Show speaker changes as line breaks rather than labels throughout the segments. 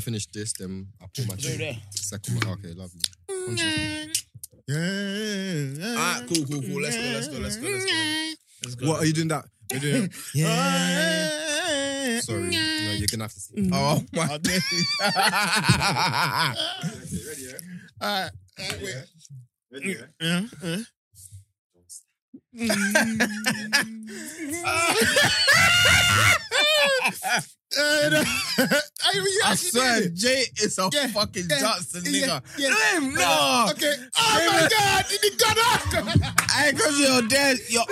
finish this, then I'll pour my
Right there.
Second one. Okay, lovely.
Yeah.
All
Ah,
right, cool, cool, cool. Let's go, let's go, let's go, let's go. Let's go.
What are you doing that? You're doing yeah.
Sorry. No, you're gonna have to see.
Oh my days.
Okay, ready, yeah?
All
Ah, Ready, yeah? Ready, yeah?
right.
I swear, Jay is a
Yeah,
fucking
yeah,
Johnson
yeah,
nigga.
yeah.
Let him know.
Okay. Oh my God! It got up.
Hey, because you're dead. You're,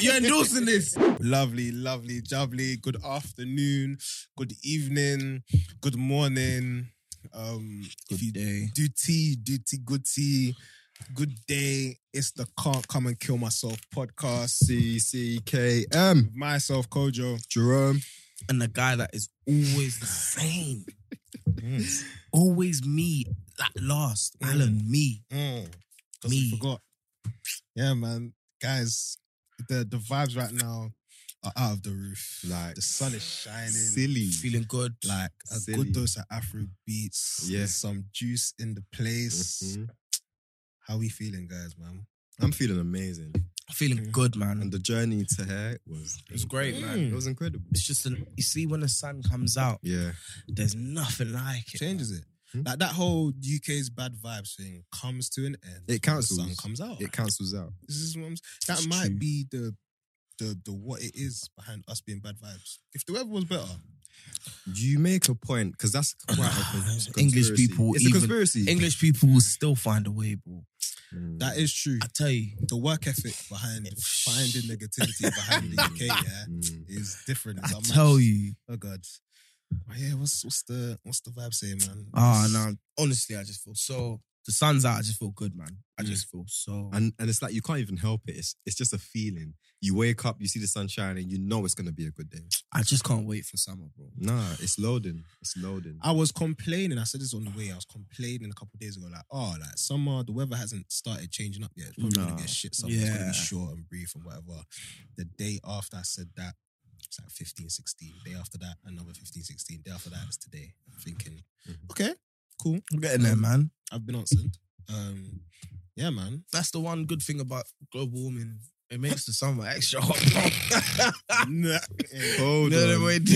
you're endorsing this.
Lovely, lovely, jubbly. Good afternoon, good evening, good morning. Um, if you
day.
do tea, do tea, good tea, good day. It's the Can't Come and Kill Myself podcast.
CCKM.
With Myself, Kojo.
Jerome.
And the guy that is always the same. Always me. That last. Alan, me.
Because
Me.
Mm. we forgot. Yeah, man. Guys, the, the vibes right now are out of the roof.
Like,
The sun is shining.
silly.
Feeling good.
Like a
Silly.
good dose of Afro beats.
Yeah.
There's Some juice in the place.
Mhm.
How we feeling, guys, man?
I'm feeling amazing.
Mm.
Feeling good, man.
And the journey to here was
It was great,
Mm.
man.
It was incredible.
It's just an, you see when the sun comes out,
Yeah.
there's nothing like it.
Changes it.
Hmm?
Like that whole UK's bad vibes thing comes to an end.
It cancels.
The sun comes out.
It cancels out.
this is what I'm, that
It's
might
true.
be the the the what it is behind us being bad vibes. If the weather was better,
You make a point because that's quite a con- conspiracy.
English people
It's
even-
a conspiracy.
English people will still find a way, bro.
Mm.
that is true.
I tell you,
The work ethic behind finding negativity behind the UK, yeah,
Mm.
is different.
I
It's unmatched.
tell you.
Oh God. But yeah, what's what's the what's the vibe saying, man?
Ah, no. Honestly, I just feel so. The sun's out. I just feel good, man. I
Mm.
just feel so.
And and it's like you can't even help it. It's it's just a feeling. You wake up, you see the sun shining, you know it's gonna be a good day.
I just can't wait for summer, bro.
Nah, it's loading. It's loading.
I was complaining. I said this on the way. I was complaining a couple of days ago, like, oh, like summer, the weather hasn't started changing up yet. It's probably
No.
gonna get shit summer. It's gonna
Yeah.
be short and brief and whatever. The day after I said that, it's like 15, 16. Day after that, another 15, 16. Day after that, it's today. I'm thinking,
Mm-hmm.
Mhm.
okay, cool.
I'm getting there, man.
I've been answered. Um, yeah, man.
That's the one good thing about global warming. It makes the summer extra hot.
Nah.
Hold
No, no,
on.
wait.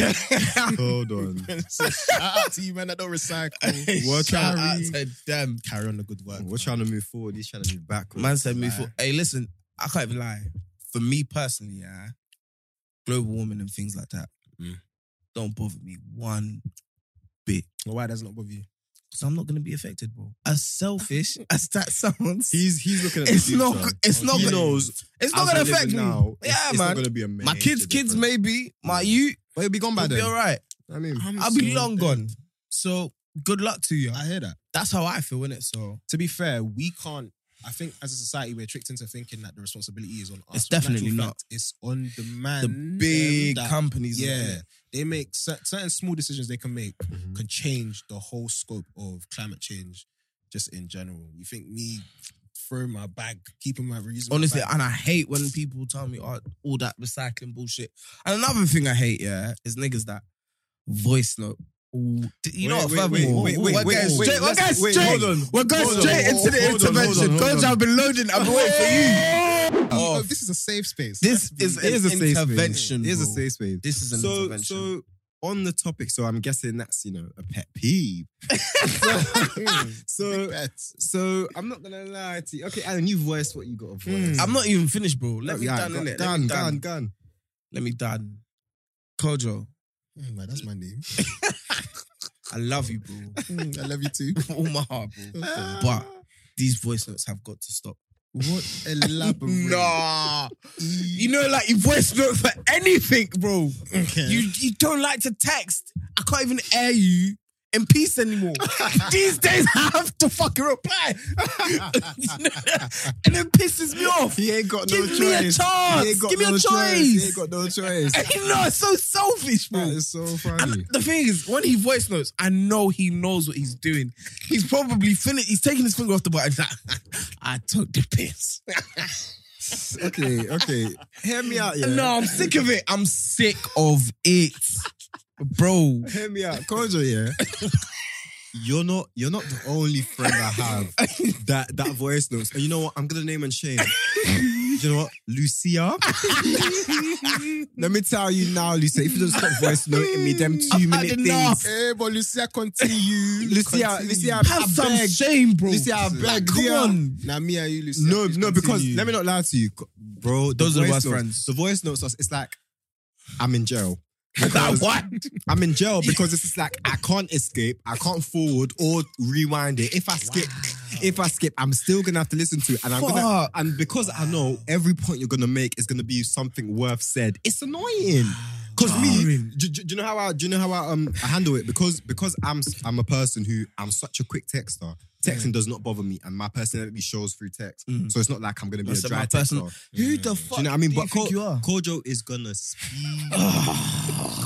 Hold on.
So shout out to you, man. I don't recycle.
What
Shout out
carry-
to them.
Carry on the good work.
We're trying to move forward. He's trying to move backwards.
Man said me for. Hey, listen, I can't even lie. For me personally, yeah, global warming and things like that
Mm.
don't bother me one
Why does it not bother you?
because I'm not gonna be affected, bro. As selfish as that sounds,
He's he's looking at
it's
the
not.
future.
It's not.
He
gonna-
knows
It's not
as
gonna
we're
affect me.
living Now, it's,
Yeah,
it's
man.
Not gonna be a
My kids'
major
kids,
difference.
maybe. My you,
But it'll be gone by
will be
then.
all right.
I mean,
I'll be long gone. So good luck to you.
I hear that.
That's how I feel, innit? So
to be fair, we can't. I think as a society, we're tricked into thinking that the responsibility is on us.
It's
When in
definitely
actual
not.
fact, it's on the man.
the big
um, that-
companies,
yeah,
yeah,
they make cer- certain small decisions they can make
Mm-hmm.
can change the whole scope of climate change, just in general. You think me throwing my bag, keeping my reason?
honestly, and I hate when people tell me oh, all that recycling bullshit. And another thing I hate, yeah, is niggas that voice note. Ooh, d- You know
Wait,
what?
wait,
furthermore,
wait, wait,
we're
wait,
going
wait,
straight. We're
let's-
going
wait,
straight.
hold on.
We're going
Hold on,
straight
hold
into the
on, hold on, hold on,
intervention.
hold on.
Coach, I've been loading. I've been waiting for you.
oh,
Oh,
this is a safe space.
This is
It is a
an
safe space.
intervention.
It is a
bro.
safe space.
This is an
So,
intervention.
so on the topic, so I'm guessing that's you know a pet peeve. so, so I'm not gonna lie to you. Okay, Alan, you voiced what you got to voice.
Mm.
Hmm. I'm not even finished, bro. Let me
Yeah,
done,
go-
innit? Let
Done,
me
done,
done.
done.
Let me done. Kojo,
Mm, man, that's my name.
I love you, bro.
Mm, I love you too.
With all my heart, bro.
Ah.
But these voice notes have got to stop.
what elaborate?
Nah. You know, like you voice note for anything, bro.
Okay.
You you don't like to text. I can't even air you in peace anymore. These days I have to fucking reply. and it pisses me off.
He ain't got
Give me a
He
chance.
ain't got
Give me
no
a
He
choice.
ain't got no choice.
You know, it's so selfish, bro.
That is so funny.
And the thing is, when he voice notes, I know he knows what he's doing. He's probably feeling, he's taking his finger off the button. I took the piss.
okay, okay. Hear me out, yeah.
No, I'm sick of it. I'm sick of it, bro.
Hear me out, Kojo, yeah. you're not you're not the only friend I have that that voice notes. And you know what? I'm gonna name and shame. you know what? Lucia. Let me tell you now, Lucia. If you don't stop voice noting me, them two
had
minute
enough.
things. Eh,
Hey, but Lucia, continue.
Lucia,
Continue.
Lucia,
Have
I
some
beg.
shame, bro.
Lucia, I beg.
Like, come
Lucia.
on.
Now me and you, Lucia.
No,
please
no, because
continue.
let me not lie to you, co- bro. the
Those are the
voice
worst
notes-
friends.
The voice notes us. It's like I'm in jail.
Like, what?
I'm in jail because it's just like I can't escape. I can't forward or rewind it. If I skip, if I skip, I'm still gonna have to listen to it, and I'm gonna.
Fuck.
And because I know every point you're gonna make is gonna be something worth said. It's annoying. Cause me,
Jarring.
do, do- do you know how I? Do you know how I um I handle it? Because because I'm s- I'm a person who I'm such a quick texter. Texting does not bother me, and my personality shows through text.
Mm.
So it's not like I'm gonna be
That's
a
my
dry
person-
texter.
Who the
Do
fuck?
you know what I mean?
do
But
you think
Ko-
you are?
Kojo is gonna speak.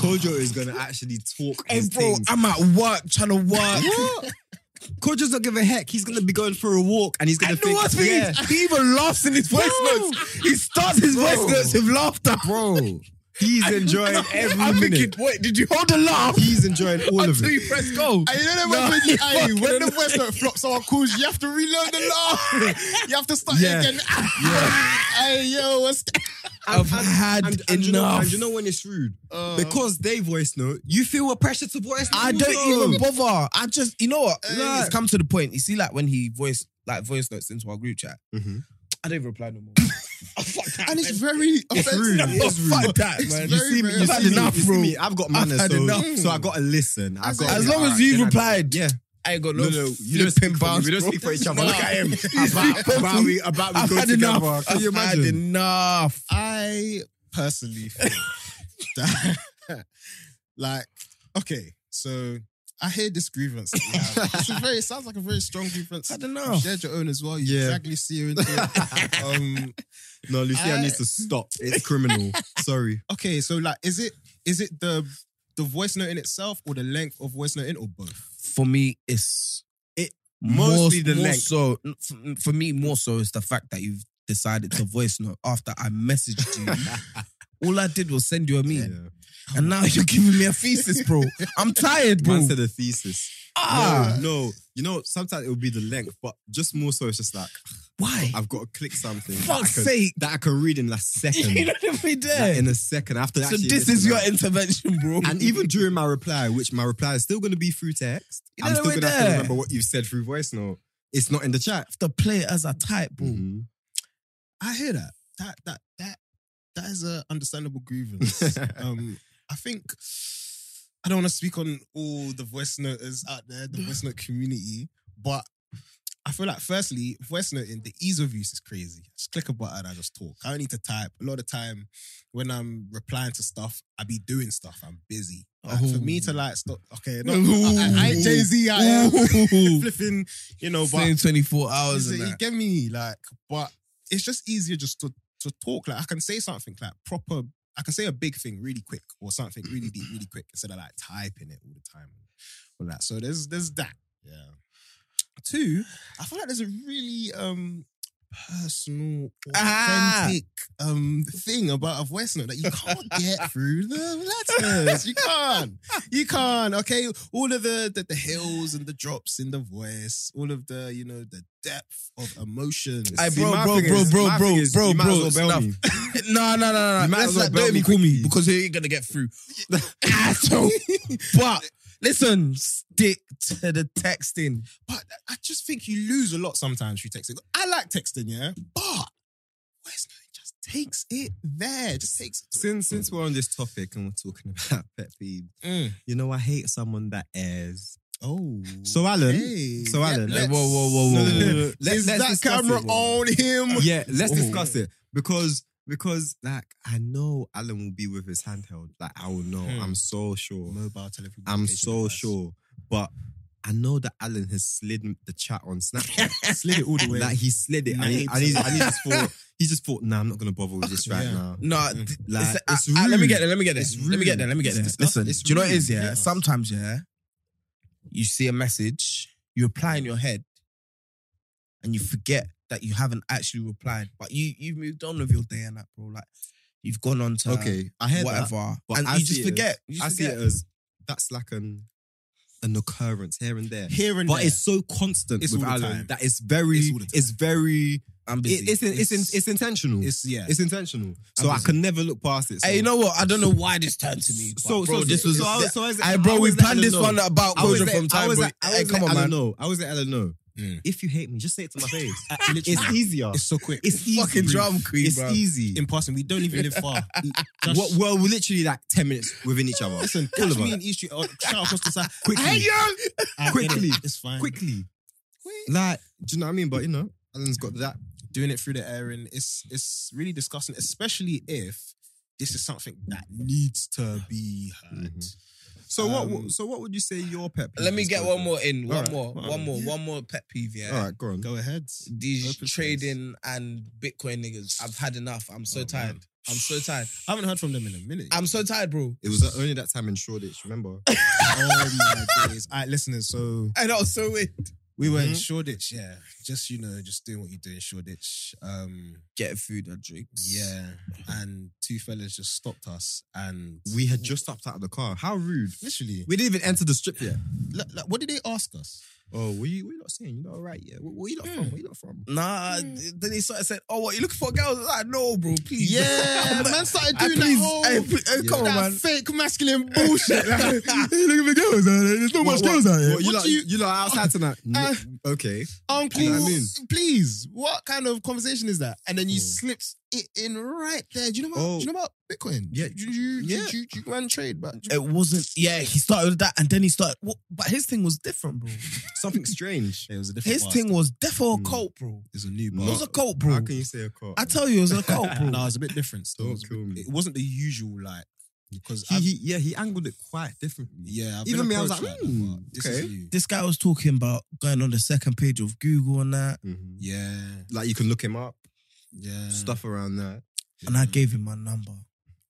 Kojo is gonna actually talk.
Hey,
his
bro,
things.
I'm at work trying to work.
What? Kojo's not give a heck. He's gonna be going for a walk and he's gonna
I know
think.
what he
yeah.
is. He even laughs in his voice
Bro.
notes. He starts his voice
Bro.
notes with laughter.
Bro, he's enjoying every minute.
Thinking, Wait, did you hold the laugh
he's enjoying all of
until
it.
you press go?
And you know that
No,
when,
you
when, aye, when the
fucking-
voice note flops, someone calls you, you have to reload the laugh. you have to start
Yeah.
again. Hey, yo, what's
I've had
And, and you know,
enough.
and you know when it's rude
Uh,
because they voice note. You feel a pressure to voice. Note
I don't
also.
even bother. I just, you know what?
Like-
it's come to the point. You see, like when he voice like voice notes into our group chat,
Mhm.
I don't even reply no more. oh, fuck that.
And it's very offensive.
rude.
man.
it's
fuck
rude.
that,
It's
man.
You
very
see me,
rare.
you
I've
see
had
me,
enough,
you see
bro.
me, I've got
I've
manners,
had
so,
enough.
so I gotta listen. I've
As
got
As
to-
long
alright,
as you
then I-
replied,
yeah.
I ain't got no.
No, no, you don't speak for, we don't speak for each other.
No.
Look at him.
You
About,
speak for
about
me.
we, about we
I've
go
had
together.
enough.
Can you
I've had
imagine?
enough.
I personally think that, like, okay, so I hear this grievance. That you have. It's a very, it sounds like a very strong grievance.
I've had
You
enough.
shared your own as well. You
Yeah.
dragged Lucia into it. um,
No, Lucia
I-
needs
Uh,
to stop. It's criminal. Sorry.
okay, so like, is it is it the the voice note in itself or the length of voice note in or both?
For me, it's
It- mostly
mostly
the
the more
length.
So f- for me, more so is the fact that you've decided to voice note after I messaged you. All I did was send you a meme, and now you're giving me a thesis, bro. I'm tired, bro.
Man said a thesis.
ah,
No, no, you know, sometimes it will be the length, but just more so, it's just like
why?
I've got to click something that I,
Fuck's
can,
sake!
that I can read in a second.
you know what I mean?
Like,
There.
in a second, I have to
So
actually
this
listen
is your
out.
intervention, bro.
and even during my reply, which my reply is still going to be through text,
You know
I'm
the
still going
way
to have to
there.
remember what you've said through voice note. It's not in the chat.
have to play it as a type, bro.
Mhm.
I hear that. That that that that is a understandable grievance. um, I think I don't want to speak on all the voice noters out there, the voice note community, but I feel like firstly, voice noting, the ease of use is crazy. Just click a button, I just talk. I don't need to type. A lot of time when I'm replying to stuff, I be doing stuff. I'm busy. Like, For
Oh.
me to like stop, okay, no, I, I ain't Jay Z, I am
Ooh.
flipping, you know, but
Same 24 hours
you
and
see,
that.
get me like, but it's just easier just to to talk. Like I can say something like proper. I can say a big thing really quick or something really deep really quick instead of like typing it all the time or that. So there's there's that. Yeah. Two, I feel like there's a really um personal
Ah.
authentic um thing about a voice note that you can't get through the letters. You can't. You can't. Okay, all of the, the the hills and the drops in the voice, all of the you know the depth of emotion.
I
See,
bro,
my
bro,
thing
bro,
is-
bro,
my
bro,
thing is,
bro,
you might
bro,
as well bail
snuff.
me.
No, no, no, no,
You
no.
might
Let's
as well
not,
bell
don't
me
even call me
quickly.
because you ain't gonna get through. Asshole. but listen, stick to the texting.
But I just think you lose a lot sometimes through texting. I like texting, yeah, but voice note just takes it there. Just takes.
Since since we're on this topic and we're talking about pet peeve,
Mm.
you know, I hate someone that airs.
Oh,
So Alan,
Hey.
so
Yeah,
Alan,
let's-
Whoa, whoa, whoa,
No,
whoa.
no, no, no, no.
whoa.
Let- let's
is that
discuss
camera
it.
on him?
Yeah, let's
Whoa.
discuss it because because like I know Alan will be with his handheld. Like I will know.
Hmm.
I'm so sure.
Mobile telephone.
I'm so sure. But I know that Alan has slid the chat on Snapchat.
Slid it all the way.
like he slid it, and, he, and he's, and he just thought he just thought, nah, I'm not gonna bother with this right
Yeah.
now.
No,
Mm.
th-
Like,
it's-
it's uh,
I- I- let me
rude.
get there. Let me get there.
It's
Let me
rude.
get there. Let me get
It's
there.
disgusting.
Listen,
It's
do you know what it is?
rude.
Yeah,
Yeah.
sometimes yeah, you see a message, you reply in your head, and you forget that you haven't actually replied. But you you've moved on with your day and that, bro. Like you've gone on to
Okay, I heard that.
whatever,
but
and
I
you
see
just
it as-
forget. You just
I see
forget.
it as that's like an an occurrence here and there.
Here and
But
there.
it's so constant
It's
with
all the
Alan
time.
that it's very,
It's all the
it's,
time.
very,
I'm busy.
it, it's, in- it's, in- it's intentional. It's,
it's yeah.
intentional. So I
busy.
can never look past it. So.
Hey, you know what? I don't know why this turned to me.
So,
but bro,
so
this was.
So, I was- so I was-
hey, bro,
I
we
was letting
planned this
them know.
one about
I was
Kojo
letting-
from
I
time.
was
Boy.
let- I was
Hey, come
letting
on,
Alan
man.
know. I was letting Ellen know.
Mm.
If you hate me, just say it to my face.
Literally.
it's easier.
It's so quick.
It's easy.
Fucking drum queen,
It's
bro.
easy.
in passing. We don't even live far. Just-
What- well, we're literally like 10 minutes within each other.
Listen,
all
catch
of
me
us.
in East Street. or Shout across the side.
Quickly.
Hey, I get
Quickly.
it. It's fine.
quickly. Like, do you know what I mean? But you know, Alan's got that.
Doing it through the air and it's it's really disgusting, especially if this is something that needs to be heard.
Mhm. So
Um,
what? So what would you say your pet? peeve
Let me
is,
get
Kojo?
one more in. One
Alright,
more.
alright.
One more.
Yeah.
One more pet peeve. Yeah.
All right, go on.
Go ahead.
These
Open space.
trading and Bitcoin niggas. I've had enough. I'm so
Oh,
tired.
man.
I'm so tired.
I haven't heard from them in a minute.
I'm so tired, bro.
It was only that time in Shoreditch. Remember?
oh my days. All right, listeners. So
And that was so weird.
we were in
Mhm.
Shoreditch, yeah. Just, you know, just doing what you do in Shoreditch. Um,
Get food and drinks.
yeah. And two fellas just stopped us and
we had just stopped out of the car. How rude!
literally,
We didn't even enter the strip yet.
like, like, what did they ask us?
Oh, what you? What you not saying? You know, all right? Yeah. Where, where you not from? Where you not from?
Nah. Ah,
Uh, Hmm.
Then he sort of said, "Oh, what you looking for, girls?" I was like, "No, bro, please."
Yeah, man started
I
doing
please,
that whole
hey, pl- hey, come on,
that
man.
fake masculine bullshit. Like,
looking for girls. There's not
much girls out here.
What, you
What
like?
do
You,
you-
like outside tonight?
Uh,
okay.
Uncle,
You know what I mean?
please, what kind of conversation is that? And then you
Hmm.
slipped it in right there. Do you know about?
Oh.
Do you know about Bitcoin?
Yeah.
Do you, do you,
Yeah.
do you, do you run trade, but
It wasn't. Yeah, he started with that, and then he started. What, but his thing was different, bro.
Something strange.
it was a
His thing was definitely
Mm.
a cult, bro.
is a new
No.
It was a cult, bro.
How can you say a car?
I tell you, it was a cult, bro.
no, it's a bit different. Still.
Don't
It was a
kill
bit-
me.
It wasn't the usual like because
he, he, yeah, he angled it quite differently.
yeah, I've
Even
been
me, I was
approached
like,
that,
hmm,
but this
okay.
is new.
This guy was talking about going on the second page of Google and that,
Mm-hmm.
Mhm.
Yeah,
Like you can look him up,
yeah.
stuff around that.
and I gave him my number.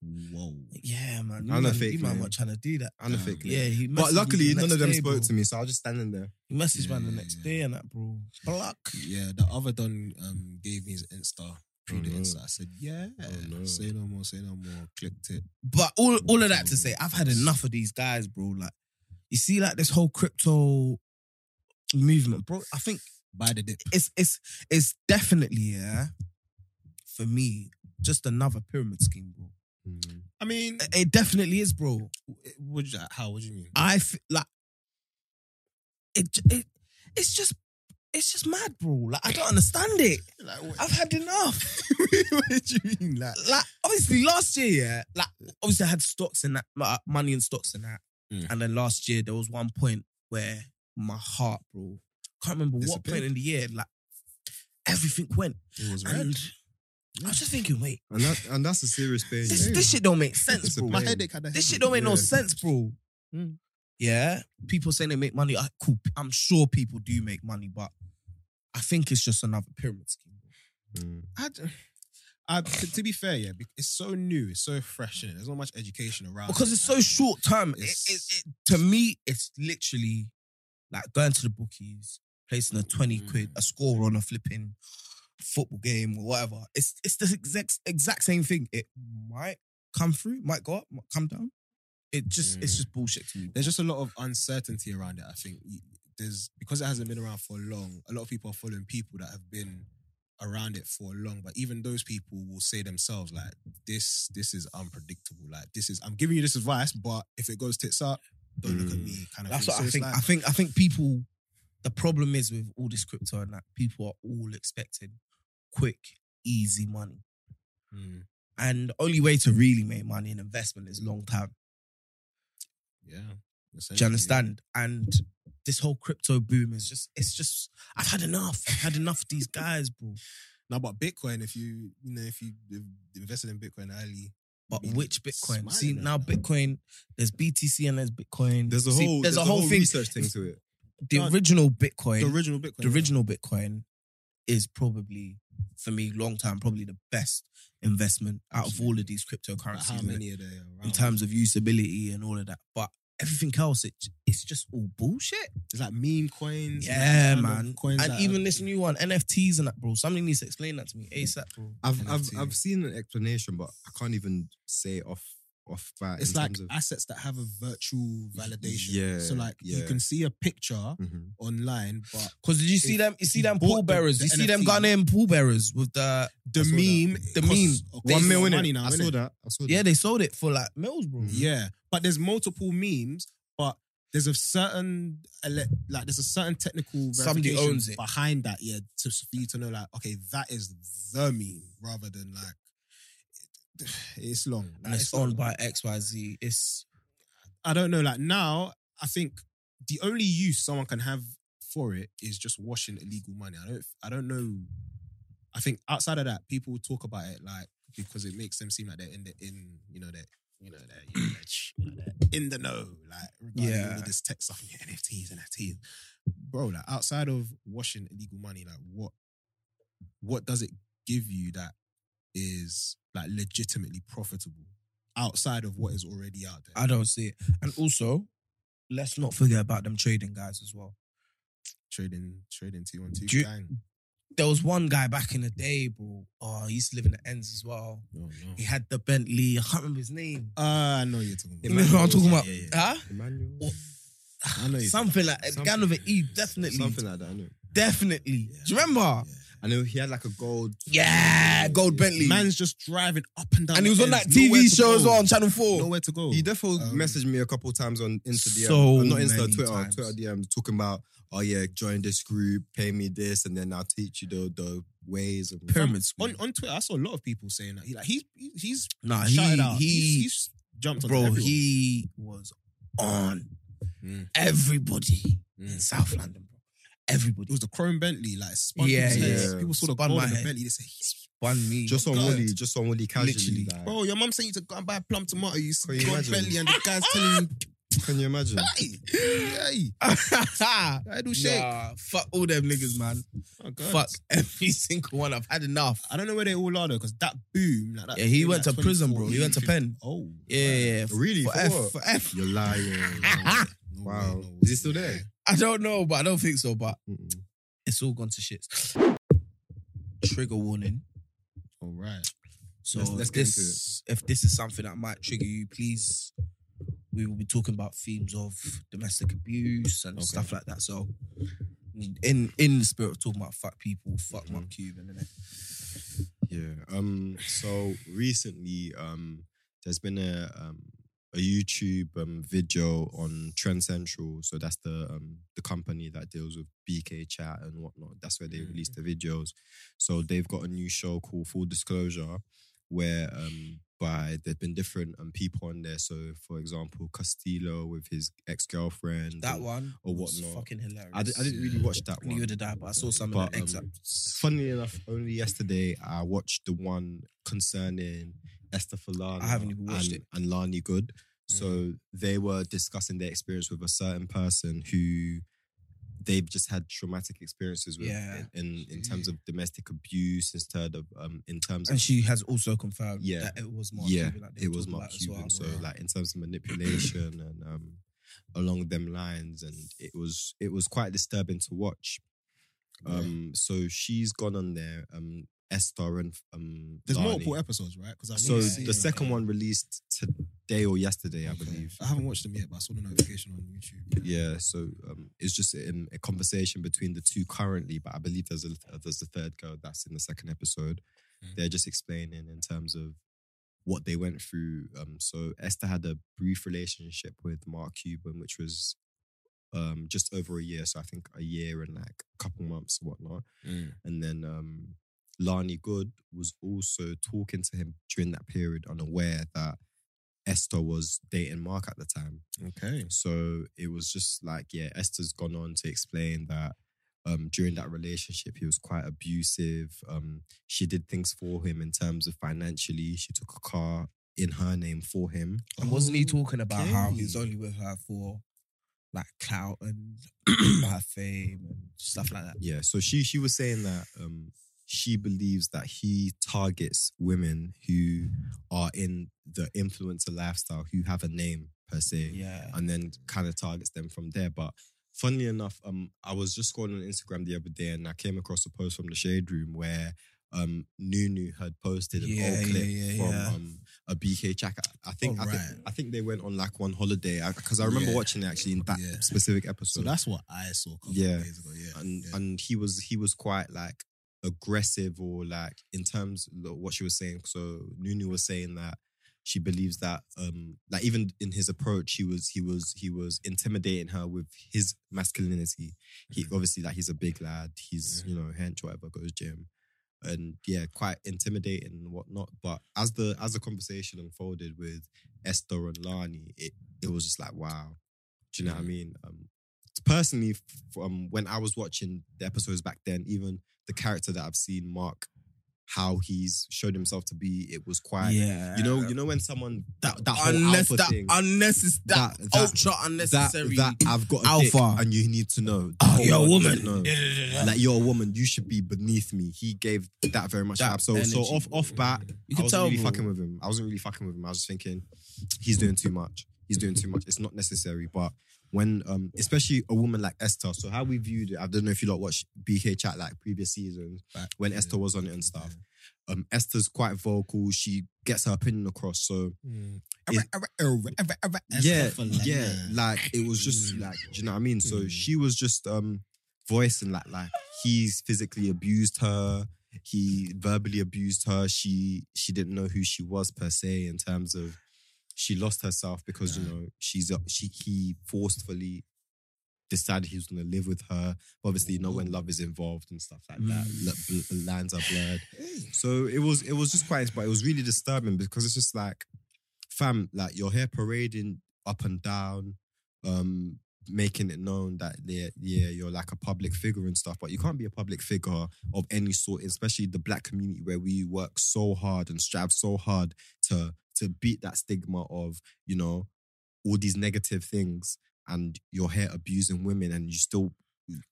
Whoa.
Yeah, man. You
I'm a
man,
fake
you man,
man.
not trying to do that.
And a
Damn.
fake
Yeah, he
But
messaged me
luckily,
the
none
next
of them
day,
spoke
bro.
to me, so I was just standing there.
He messaged man the
Yeah.
next day and that, bro. Block.
Yeah, the other Don um, gave me his Insta. Pre the
Oh, no.
Insta. I said, yeah,
Oh, no.
say no more, say no more. Clicked it.
But all all of that to say, I've had enough of these guys, bro. Like, you see, like this whole crypto movement, bro. I think
Buy the dip.
it's it's it's definitely yeah for me just another pyramid scheme bro Mm.
I mean,
It- it definitely is bro
would you, how? What do you mean?
i f- like it, j- it it's just it's just mad bro like i don't understand it
Like, what,
i've had enough
what do you mean? Like,
like obviously last year yeah like obviously i had stocks and that my- money and stocks and that
Mm.
and then last year there was one point where my heart bro can't remember what
Disappeared.
point in the year like everything went
it was red.
and i was just thinking wait
And that and that's a serious pain.
This,
yeah.
this shit don't make
It's
sense,
a
bro.
pain.
My headache had a
This shit
headache.
don't make no
Yeah.
sense, bro.
Mm.
Yeah, people saying they make money. I, cool, I'm sure people do make money, but I think it's just another pyramid scheme.
Mm.
I d- I- to, to be fair, yeah, be- it's so new, it's so fresh, and there's not much education around.
Because
it.
it's so short term. It,
It's-
it, it, to me, it's literally like going to the bookies, placing a twenty
Mm.
quid, a score on a flipping football game or whatever. It's it's the exact exact same thing. It might come through, might go up, might come down. It just it's
Mm.
just bullshit to me. bro.
there's just a lot of uncertainty around it. I think You- there's because it hasn't been around for long. A lot of people are following people that have been around it for long, but even those people will say themselves like, "This, this is unpredictable. Like, this is I'm giving you this advice, but if it goes tits up, don't look at
Mm.
me." Kind of.
That's
thing.
what
So
I
it's
think.
like-
I think. I think people. The problem is with all this crypto and that people are all expecting quick, easy money,
Mm,
and the only way to really make money in investment is long term.
yeah.
Do you
essentially.
understand? And this whole crypto boom is just. It's just. I've had enough. I've had enough of these guys, bro.
Now, but Bitcoin, if you you know if you invested in Bitcoin early,
But
Really
which Bitcoin?
smiling
See
at
now,
that.
Bitcoin. There's BTC and there's Bitcoin.
There's a
See,
whole
there's, a whole, thing.
research thing to it.
The original Bitcoin.
the original Bitcoin,
the original Bitcoin is probably, for me, long time, probably the best investment out of all of these
like, how
cryptocurrencies in-
many are there around?
in terms of usability and all of that. But everything else, it, it's just all bullshit.
it's like meme coins, and
Yeah,
that kind of
man.
coins
And
that
even
are-
this new one, NFTs and that, bro. Somebody needs to explain that to me ASAP, bro.
I've I've
NFT.
I've seen an explanation, but I can't even say it off off bat.
It's
in
like
terms of-
assets that have a virtual validation.
Yeah,
So like you
yeah.
can see a picture
Mhm.
online, but
Because did you see
If
them? You see
you
them
bought
pool
the-
bearers.
the
you see them
NFT.
Ghanaian pool bearers with the
the
I saw
meme,
The
costs a
One mil
lot of
in
money
it.
now.
I saw
innit?
that. I saw
yeah.
that.
They sold it for like mills, bro.
Yeah, but there's multiple memes, but there's a certain ele- like there's a certain technical
Somebody
verification
owns it.
behind that. Yeah, to for you to know like okay, that is the meme rather than like it- it's long.
And
Like,
it's
long.
owned by X Y Z. It's
I don't know. Like now, I think the only use someone can have for it is just washing illegal money. I don't. I don't know. I think outside of that, people talk about it like because it makes them seem like they're in the in. You know that. You know that. You know, that, you know that in the know. Like regarding
Yeah.
all of this tech stuff, yeah, NFTs, NFTs. Bro, like outside of washing illegal money, like what? What does it give you that is like legitimately profitable outside of what is already out there?
I don't see it. And also, let's not forget about them trading guys as well.
trading trading two on two
Do you-
gang.
There was one guy back in the day, bro. Oh, he used to live in the ends as well.
No, no.
He had the Bentley. I can't remember his name.
Uh, I know you're talking
You
about.
know what I'm talking
Yeah,
about? Ah,
yeah,
Huh?
Emmanuel.
Or-
I know you're
Something like that. Kind of an E, definitely.
Something like that. I know.
Definitely.
Yeah.
Do you remember?
I know he had like a gold.
Yeah, Gold Bentley.
Man's just driving up and down.
and he was
the
on that
ends, nowhere
TV
to
show
go.
as well on Channel 4.
Nowhere to go.
He definitely
Um,
messaged me a couple times on Insta DM.
so
uh, not Insta,
many
Twitter,
times.
Twitter DM, talking about, oh yeah, join this group, pay me this, and then I'll teach you the the ways of
Pyramid scheme.
on on Twitter, I saw a lot of people saying that. He like he, he he's
nah,
shouted
Ah, he,
out. he's,
he,
he's jumped on
bro,
everyone.
he was on
Mm.
everybody in
Mm.
South London, bro.
It
Everybody.
was the chrome Bentley, like spun
Yeah,
people's heads.
yeah.
People saw the
Spun
gold
my
in the
head.
Bentley. They said,
One me.
Just on
God.
Wooly, just on Wooly casually.
Literally.
like,
"Bro, your mum sent you to go and buy a plum tomato. You
Can you
gold
imagine?
Bentley, and the guy's telling
can you imagine?
you, hey, hey, I do shake.
Nah, fuck all them niggas, man.
Oh, God.
Fuck every single one. I've had enough.
I don't know where they all are though, because that boom, like that.
Yeah, he
boom,
went
like
to prison, bro. He
2014,
went to pen.
Oh,
Yeah, yeah, yeah.
Really?
For
For
F,
what?
for F.
You're lying.
No way,
wow.
no way.
Is he still there?
I don't know, but I don't think so. But
Mm-mm.
it's all gone to shit. Trigger warning.
All right.
So
Let's- let's get
this, if this is something that might trigger you, please, we will be talking about themes of domestic abuse and
Okay.
stuff like that. So, in in the spirit of talking about fuck people, fuck
Mm-hmm.
my Cuban, innit?
Yeah. Um. So recently, um, there's been a um a YouTube um video on Trend Central. So that's the um the company that deals with BK chat and whatnot. That's where they release the videos. So they've got a new show called Full Disclosure, where um by there've been different um people on there. So for example, Castillo with his ex girlfriend.
That one
or
was
whatnot.
fucking hilarious.
I, di- I didn't really watch that
I knew
one.
you would have died, but I saw some of
But,
the
um,
excerpts.
Funnily enough, only yesterday I watched the one concerning Esther Falana.
I haven't even watched
and,
it. Mm.
And Lani Good. So they were discussing their experience with a certain person who they've just had traumatic experiences with
Yeah.
in, in, in terms of domestic abuse instead of um in terms of
and she has also confirmed
Yeah.
that it was Mark
yeah,
Cuban. that they
it
were
was
talking
Mark
about as well.
Cuban. So like in terms of manipulation and um, along them lines, and it was it was quite disturbing to watch. Um, so she's gone on there. Um, Esther and um,
There's
Lani.
multiple episodes, right? Because I've
So
not
Yeah,
seen
the
it.
second one released today or yesterday, I
Okay.
believe.
I haven't watched them yet, but I saw the notification on YouTube.
Yeah, so um, it's just in a conversation between the two currently, but I believe there's a there's a third girl that's in the second episode.
Mm.
They're just explaining in terms of what they went through. Um, so Esther had a brief relationship with Mark Cuban, which was um just over a year. So I think a year and like a couple months or whatnot.
Mm.
And then um Lani Good was also talking to him during that period, unaware that Esther was dating Mark at the time.
Okay.
So it was just like, yeah, Esther's gone on to explain that um, during that relationship, he was quite abusive. Um, she did things for him in terms of financially. She took a car in her name for him.
And wasn't he talking about how he was
Okay.
only with her for like clout and her fame and stuff like that?
Yeah. So she she was saying that um, she believes that he targets women who are in the influencer lifestyle who have a name per se.
Yeah.
and then kind of targets them from there. But funnily enough, um, I was just scrolling on Instagram the other day and I came across a post from the Shade Room where um Nunu had posted an
Yeah,
old clip
yeah, yeah,
from
yeah.
um a BK track. I- I think, I think
Alright.
I think they went on like one holiday because I remember
Yeah.
watching it actually in that
Yeah.
specific episode.
So that's what I saw a couple
Yeah.
of days ago. Yeah.
and
yeah.
and he was he was quite like aggressive or like in terms of what she was saying. So Nunu was saying that she believes that um like even in his approach he was he was he was intimidating her with his masculinity. He obviously like he's a big lad, he's you know hench whatever goes gym. And yeah, quite intimidating and whatnot. But as the as the conversation unfolded with Esther and Lani, it it was just like wow. Do you
Mm.
know what I mean? Um, personally, from when I was watching the episodes back then, even the character that I've seen, Mark, how he's showed himself to be, it was quite.
yeah.
You know, you know when someone that that whole
unless
alpha
that,
thing,
unless it's that,
That- that-
ultra
that,
unnecessary.
that I've got a dick
alpha.
and you need to know.
oh,
The
you're a
whole world
woman.
needs to know. Like you're a woman, you should be beneath me. He gave that very much.
That
vibe. So so
energy.
off off bat, I
You can
wasn't
tell.
really
bro.
fucking with him. I wasn't really fucking with him. I was just thinking, he's doing too much. He's doing too much. It's not necessary. But when, um, especially a woman like Esther, so how we viewed it, I don't know if you lot watched BK chat like previous seasons
Back,
when
yeah.
Esther was on it and stuff. Um, Esther's quite vocal. She gets her opinion across. So
Mm.
Is-
Arra, arra, arra, arra, arra,
yeah,
stuff like
yeah,
that.
like it was just
Mm.
like, do you know what I mean? So
Mm.
she was just um voicing like like he's physically abused her, he verbally abused her. She she didn't know who she was per se in terms of she lost herself because you know she's a, she he forcefully decided he was going to live with her. Obviously, you know when love is involved and stuff like that, l- bl- lines are blurred. So it was it was just quite, but it was really disturbing because it's just like, fam, like you're here parading up and down, um, making it known that yeah, yeah, you're like a public figure and stuff, but you can't be a public figure of any sort, especially the black community where we work so hard and strive so hard to to beat that stigma of you know all these negative things and you're here abusing women and you still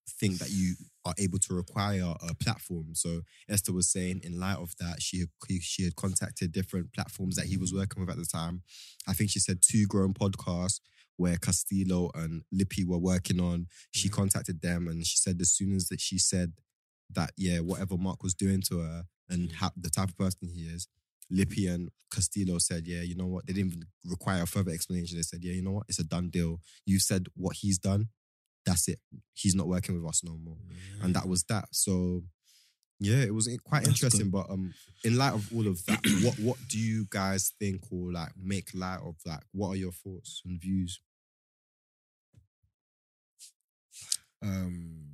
think that you are able to require a platform so esther was saying in light of that she had, she had contacted different platforms that he was working with at the time i think she said two grown podcasts where castillo and lippy were working on she contacted them and she said as soon as that she said that yeah whatever mark was doing to her and how, the type of person he is Lippi and Castillo said, yeah, you know what? They didn't even require a further explanation. They said, yeah, you know what? It's a done deal. You said what he's done. That's it. He's not working with us no more. And that was that. So, yeah, it was quite
That's
interesting. But um, in light of all of that, what what do you guys think or like make light of? Like, what are your thoughts and views?
Um,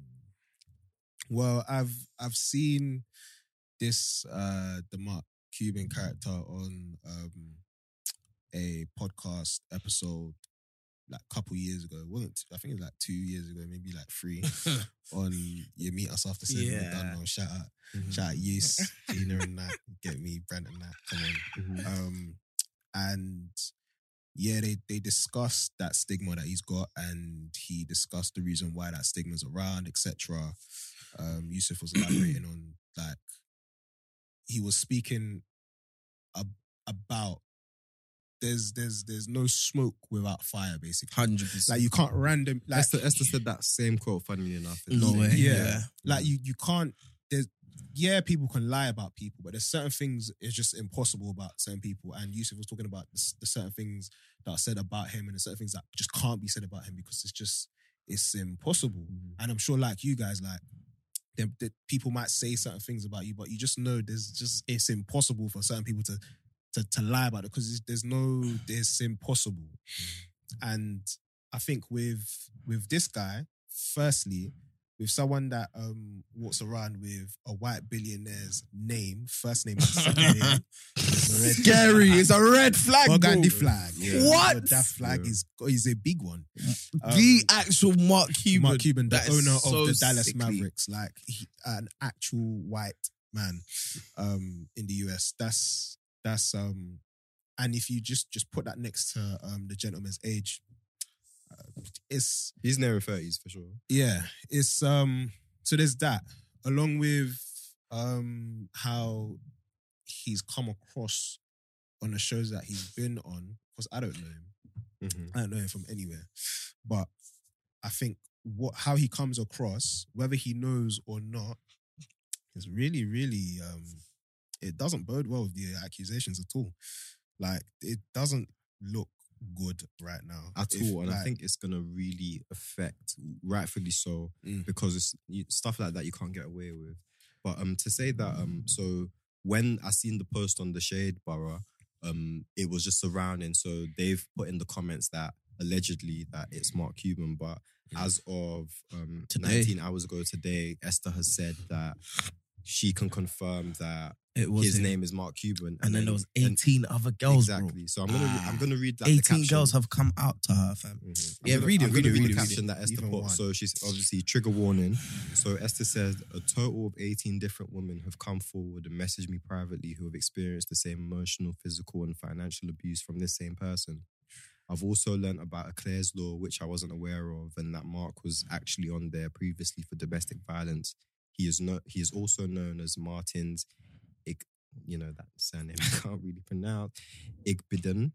well, I've I've seen this uh the Mark Cuban character on um a podcast episode like a couple years ago. It wasn't I think it was like two years ago, maybe like three. on you meet us after seven.
Yeah.
Yeah. Done on shout out, shout out, use Gina and that. Get me Brent and that. Come on.
Mhm.
Um, and yeah, they they discussed that stigma that he's got, and he discussed the reason why that stigma's around, etc. Um, Yusuf was elaborating on like he was speaking ab- about there's there's there's no smoke without fire, basically.
Hundred percent.
Like you can't random like
Esther, Esther said that same quote. Funnily enough,
No way.
yeah.
Yeah.
Like you, you can't. There's yeah, people can lie about people, but there's certain things it's just impossible about certain people. And Yusuf was talking about the, s- the certain things that are said about him, and the certain things that just can't be said about him because it's just it's impossible. And I'm sure, like you guys, like them, that people might say certain things about you, but you just know there's just it's impossible for certain people to to, to lie about it because there's no it's impossible. And I think with with this guy, firstly, with someone that um walks around with a white billionaire's name, first name, and second name, is already-
Scary. It's a red flag. bro.
Burgundy flag.
Yeah.
What?
But that flag
Yeah.
is is a big one.
Uh,
Um,
the actual Mark Cuban.
Mark Cuban, the
That is
owner
so
of the Dallas
sickly.
Mavericks, like he, an actual white man um, in the US. That's that's um, and if you just just put that next to um, the gentleman's age, uh, it's
he's near thirties for sure.
yeah, it's um. So there's that, along with um how he's come across on the shows that he's been on. Because I don't know him.
Mm-hmm.
I don't know him from anywhere. But I think what how he comes across, whether he knows or not, It's really, really, um, it doesn't bode well with the accusations at all. Like, it doesn't look good right now
at
If,
all, and I
like,
think it's gonna really affect, rightfully so,
Mm.
because it's you, stuff like that you can't get away with. But um, to say that um, so when I seen the post on the Shade Borough, um, it was just surrounding. So they've put in the comments that allegedly that it's Mark Cuban, but as of um
Today.
19 hours ago today, Esther has said that she can confirm that
It was
his
him.
name is Mark Cuban,
and then there was
and-
18 other girls, bro.
exactly. So I'm gonna re- I'm gonna read like the
18
caption.
girls have come out to her, fam.
Mhm.
Yeah,
I'm gonna,
read it,
I'm gonna
read it, read
the
it, read
caption that Esther
Even
put.
one.
So she's obviously trigger warning. So Esther says a total of 18 different women have come forward and messaged me privately who have experienced the same emotional, physical, and financial abuse from this same person. I've also learned about Eclaire's law, which I wasn't aware of, and that Mark was actually on there previously for domestic violence. He is not. He is also known as Martin's, Ig, you know that surname I can't really pronounce. Igbiden,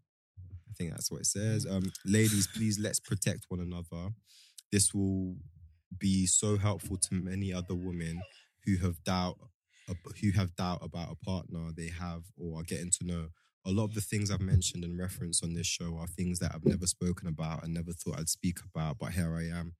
I think that's what it says. Um, ladies, please let's protect one another. This will be so helpful to many other women who have doubt, ab- who have doubt about a partner they have or are getting to know. A lot of the things I've mentioned and referenced on this show are things that I've never spoken about and never thought I'd speak about, but here I am.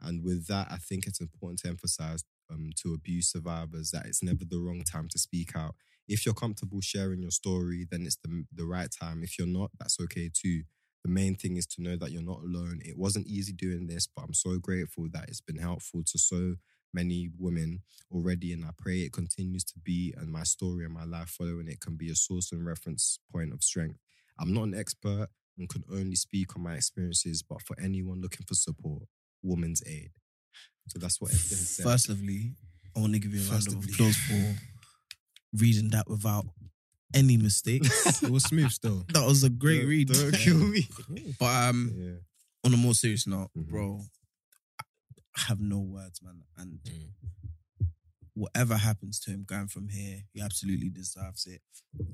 And with that, I think it's important to emphasize um, to abuse survivors that it's never the wrong time to speak out. If you're comfortable sharing your story, then it's the, the right time. If you're not, that's okay too. The main thing is to know that you're not alone. It wasn't easy doing this, but I'm so grateful that it's been helpful to so many women already. And I pray it continues to be, and my story and my life following it can be a source and reference point of strength. I'm not an expert and can only speak on my experiences, but for anyone looking for support, Woman's Aid. So that's what Esther has said.
Firstly, I want to give you a round of
Firstly.
applause for reading that without any mistakes.
it was smooth still.
that was a great
Don't-
read.
Don't kill me.
But um,
Yeah.
on a more serious note,
Mhm.
bro, I have no words, man. And
Mm.
whatever happens to him going from here, he absolutely deserves it.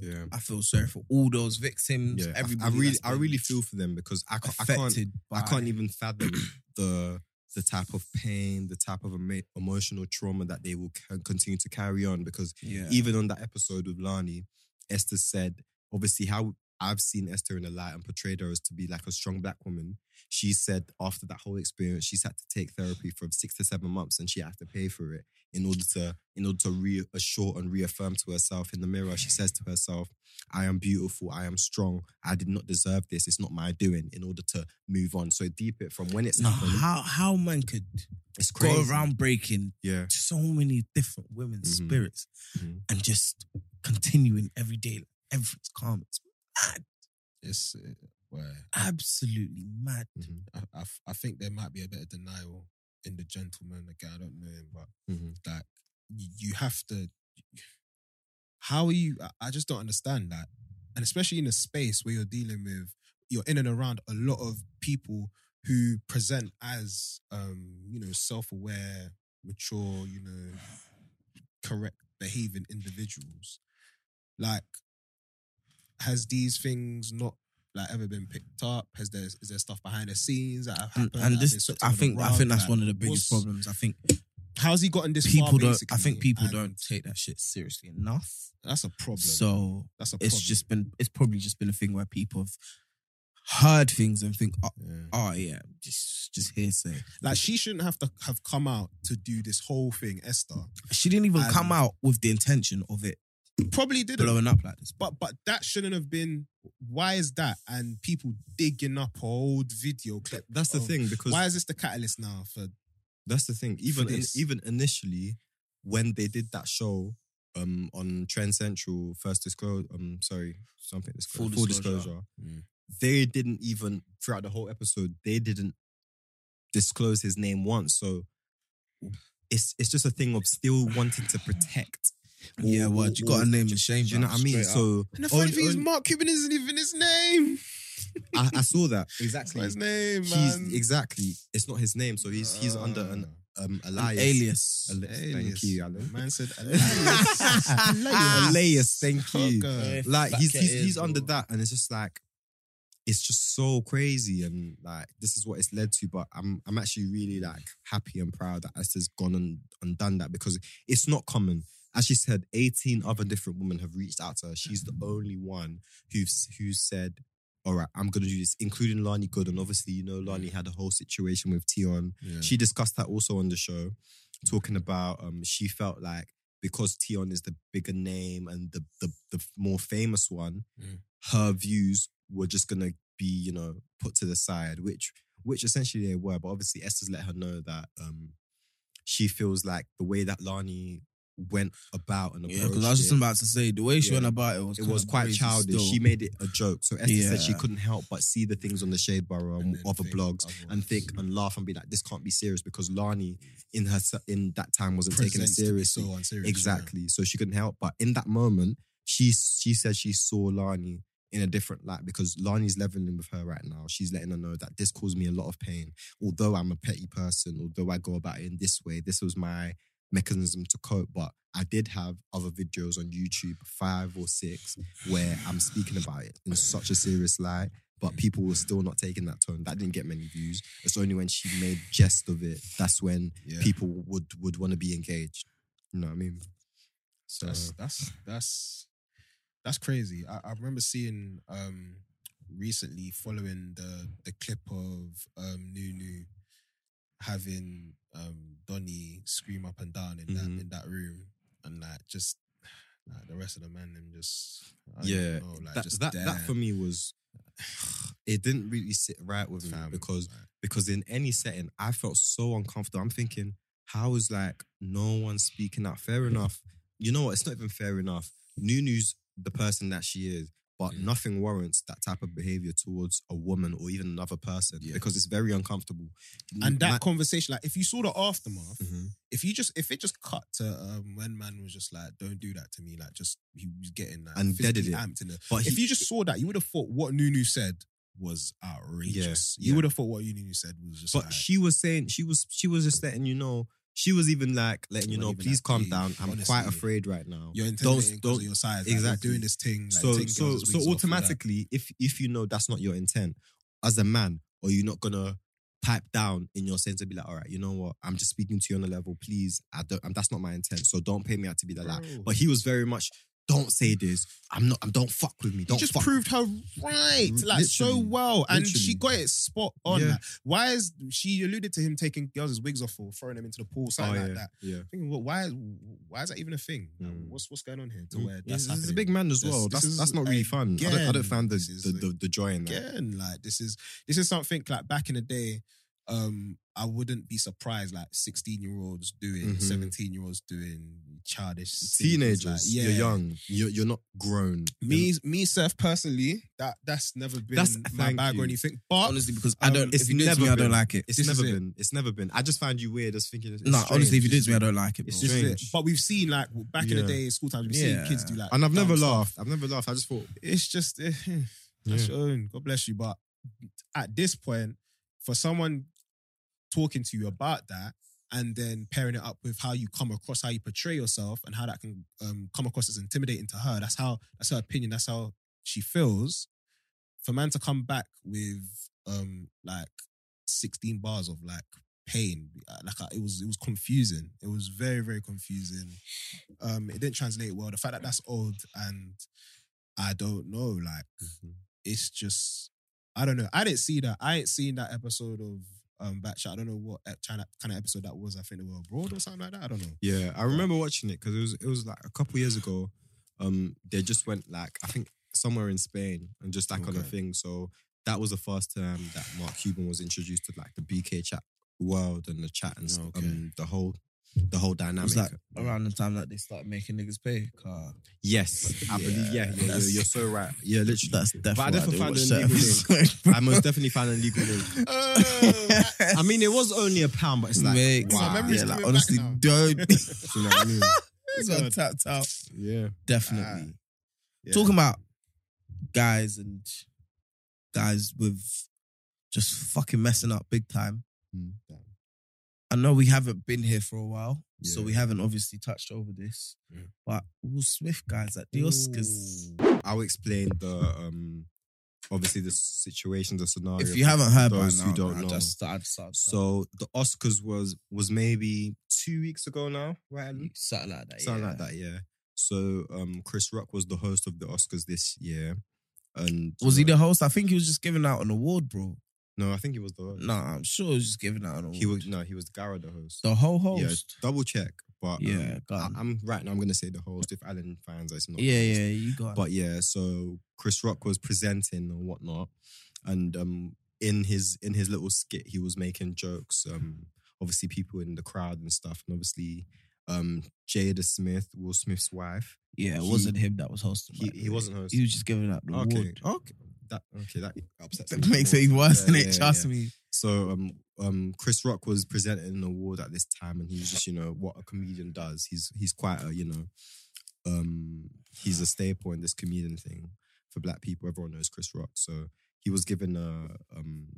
Yeah.
I feel sorry for all those victims.
Yeah, I- I,
Um, Everybody.
really,
that's
I
been
really feel for them because I can't, I can't,
affected.
I
by-
can't even fathom the the type of pain, the type of emo- emotional trauma that they will c- continue to carry on. Because
Yeah.
even on that episode with Lani, Esther said, obviously, how I've seen Esther in the light and portrayed her as to be like a strong black woman. She said after that whole experience, she's had to take therapy for six to seven months, and she had to pay for it in order to in order to reassure and reaffirm to herself in the mirror. She says to herself, "I am beautiful. I am strong. I did not deserve this. It's not my doing." In order to move on, so deep it from when it's
Nah,
happened,
how how man could
it's crazy.
go around breaking
yeah,
so many different women's
Mhm.
spirits
Mhm.
and just continuing every day, like, everything's calm. It's
It's uh, well,
absolutely mad.
Mm-hmm.
I, I f- I think there might be a bit of denial in the gentleman. Again, I don't know him, but
Mhm.
like you, you have to. How are you? I- I just don't understand that, and especially in a space where you're dealing with, you're in and around a lot of people who present as, um, you know, self-aware, mature, you know, correct behaving individuals. Like, has these things not? Like ever been picked up? Has there is there stuff behind the scenes that have
And,
happened?
and
that have been
this,
swept
I
under the
think, I
rug?
think that's
Like,
one of the biggest
what's-
problems. I think
How's he gotten this
people
far,
don't. I
basically?
think people
And
don't take that shit seriously enough.
That's a problem.
So
that's a problem.
it's just been. It's probably just been a thing where people have heard things and think, oh, oh yeah, just just hearsay.
like she shouldn't have to have come out to do this whole thing, Esther.
She didn't even
And-
come out with the intention of it
Probably didn't.
blowing up like this.
but but that shouldn't have been. Why is that? And people digging up an old video clip.
That's the
of-
thing because
Why is this the catalyst now for?
That's the thing. Even in,
this.
even initially, when they did that show um on Trend Central, first disclosure, um sorry, something disclosure,
Full
full disclosure.
disclosure.
Mm.
They didn't even throughout the whole episode. They didn't disclose his name once. So it's it's just a thing of still wanting to protect. or-
yeah, word. You
or-
got a
or-
name and shame.
Do you know what I mean? So oh,
And the
funny
funny
thing
thing
is
is, Mark Cuban isn't even his name.
I, I saw that exactly.
his name,
He's
man. Uh,
exactly. It's not his name, so he's he's under an um alias.
alias.
Ali- Thank you, Alan.
Man said
Ah.
Elias, thank you.
Fucker.
Yeah,
Like
fuck
he's
it
he's,
is,
he's under
bro.
that, and it's just like it's just so crazy, and like this is what it's led to. But I'm I'm actually really like happy and proud that Esther's gone and, and done that because it's not common. as she said, 18 other different women have reached out to her. She's the only one who's who said, All right, I'm gonna do this, including Lani Gooden. Obviously, you know, Lani had a whole situation with Tion.
Yeah.
She discussed that also on the show, talking about um, she felt like because Tion is the bigger name and the the, the more famous one,
Mm.
her views were just gonna be, you know, put to the side, which which essentially they were. But obviously, Esther's let her know that um, she feels like the way that Lani went about and
Yeah,
approached
because I was just
it,
about to say the way she
Yeah.
went about it was
it was
kinda
quite
crazy
childish.
still.
She made it a joke. So Esther said she
Yeah.
couldn't help but see the things on the shade bar um,
And
and
then
other
think
blogs and
otherwise.
think and laugh and be like, this can't be serious because Lani in her in that time wasn't taking it
Presents to be
seriously.
so unserious, yeah.
Exactly. So she couldn't help. But in that moment, she she said she saw Lani in a different light because Lani's leveling with her right now. She's letting her know that this caused me a lot of pain. Although I'm a petty person, although I go about it in this way, this was my mechanism to cope. But I did have other videos on YouTube, five or six, where I'm speaking about it in such a serious light. But people were still not taking that tone. That didn't get many views. It's only when she made jest of it that's when
Yeah.
people would would want to be engaged. You know what I mean? So
That's that's that's that's crazy. I, I remember seeing um recently following the the clip of um Nunu having um Donny scream up and down in
Mhm.
that in that room and like just like the rest of the man them just I don't
yeah,
know, like
that,
just
that,
there.
that for me was it didn't really sit right with me
Fam,
because
like,
because in any setting I felt so uncomfortable. I'm thinking how is like no one speaking out? Fair enough. You know what? It's not even fair enough. Nunu's the person that she is. But
Mm.
nothing warrants that type of behavior towards a woman or even another person
Yeah.
because it's very uncomfortable.
and that conversation, like if you saw the aftermath,
Mhm.
if you just if it just cut to um, when man was just like, "Don't do that to me," like just he was getting like
And deaded
physically
it.
amped in the
but
if
he-
you just saw that, you would have thought what Nunu said was outrageous.
Yeah,
You
yeah.
would have thought what Nunu said was just.
But
like,
she was saying she was she was just letting you know. She was even like letting you
Well,
know,
even
please
like,
calm
please,
down. I'm quite
honestly,
afraid right now.
you're
Don't
intimidating because
don't.
of your size. Like,
exactly.
exactly. Doing this thing. Like,
so
taking
so
girls'
so
wigs off and that.
automatically, if if you know that's not your intent as a man, or you're not gonna pipe down in your sense and be like, all right, you know what? I'm just speaking to you on a level. Please, I don't. I'm, that's not my intent. So don't pay me out to be like that.
Bro.
But he was very much. Don't say this. I'm not. I'm. Don't fuck with me.
He
Don't
just
fuck.
proved her right, like so
Literally.
well, and she
Literally.
got it spot on.
Yeah.
Like, why is she alluded to him taking girls' wigs off or throwing them into the pool,
oh
something like
yeah,
that?
yeah.
Thinking, well, why, why is that even a thing? Like,
Mm.
What's what's going on here? To
Mm.
where that's
He's, he's a
happening?
big man as
This-
well.
this
That's,
is
that's not really fun. I don't, I don't
again,
find the
this is
the, the, the joy in that.
again. Like this is this is something like back in the day. Um, I wouldn't be surprised like sixteen year olds doing,
Mhm.
seventeen year olds doing childish silly things,
teenagers.
like,
You're young. You're, you're not grown.
Me, me, self personally, that that's never been
That's-
my
thank
bag
you.
or anything. But
honestly because I
Um,
don't.
it's
if you do it to
never
me, I
been.
don't like it.
It's
This is
never
it.
been. It's never been. I just find you weird. Just thinking. It's,
no,
strange.
honestly, if you do it
It's
to me, I don't like it.
it's
bro.
this is it.
strange.
But we've seen like back in
Yeah.
the day, school times, we've
Yeah.
seen kids do like,
And I've never
dumb stuff.
laughed. I've never laughed. I just thought.
It's just eh, that's your own. God bless you. But at this point, for someone talking to you about that and then pairing it up with how you come across, how you portray yourself, and how that can um, come across as intimidating to her. That's how that's her opinion. That's how she feels. For man to come back with um like sixteen bars of like pain, uh, like uh, it was it was confusing. It was very very confusing. Um, it didn't translate well. The fact that that's old and I don't know, like
Mm-hmm.
it's just I don't know. I didn't see that. I ain't seen that episode of um Batch. I don't know what ep- China kind of episode that was. I think they were abroad or something like that. I don't know.
Yeah, I remember watching it because it was it was like a couple years ago. Um, they just went like I think somewhere in Spain and just like on a
Okay.
thing. So that was the first time that Mark Cuban was introduced to like the BK chat world and the chat and stuff.
Oh, Okay.
um, the whole the whole
It
dynamic.
was like around the time that they started making niggas pay. Car.
Yes, I
Yeah,
believe. Yeah, yeah, yeah
that's-
you're so right. Yeah, literally.
That's definitely.
I definitely
why I
found
didn't
it
watch that
I most definitely found a legal name.
Oh,
episode.
I mean, it was only a pound, but it's like,
Mate,
wow.
my memory's
yeah, like,
coming back
honestly,
now.
don't.
Do you know what I mean?
It's all tapped out.
Yeah.
Definitely.
Yeah.
Talking about guys and guys with just fucking messing up big time.
Mm.
I know we haven't been here for a while, so
Yeah.
we haven't obviously touched over this.
Mm.
But Will Smith guys at the Oscars.
I'll explain the um obviously the situation, the scenario.
If you haven't heard by
those who
now,
don't
man,
know.
just I'd start,
so the Oscars was was maybe two weeks ago now, right? Alan?
something like that.
Mm-hmm. Something
yeah.
like that, yeah. So um, Chris Rock was the host of the Oscars this year, and
Was he the host? I think he was just giving out an award, bro.
No, I think he was the host.
No, I'm sure he was just giving out an award.
He was no, he was the guy or the host.
the whole
Yeah,
host.
double check, but um,
Yeah, go
I,
on.
am right now. I'm gonna say the host if Alan finds us not. the
Yeah,
host.
yeah, you got.
But yeah, so Chris Rock was presenting and whatnot, and um, in his in his little skit, he was making jokes. Um, obviously, people in the crowd and stuff, and obviously, um, Jada Smith, Will Smith's wife.
yeah, it
he-
wasn't him that was hosting.
He
by the
he
way.
wasn't
He
hosting.
was just giving out the
Okay,
award.
okay, that okay that upsets
That
me.
makes it worse,
Yeah,
than it?
yeah,
Trust
yeah.
me.
So um um Chris Rock was presented an award at this time and he was just, you know, what a comedian does. He's he's quite a, you know, um he's a staple in this comedian thing for black people. Everyone knows Chris Rock. So he was given a um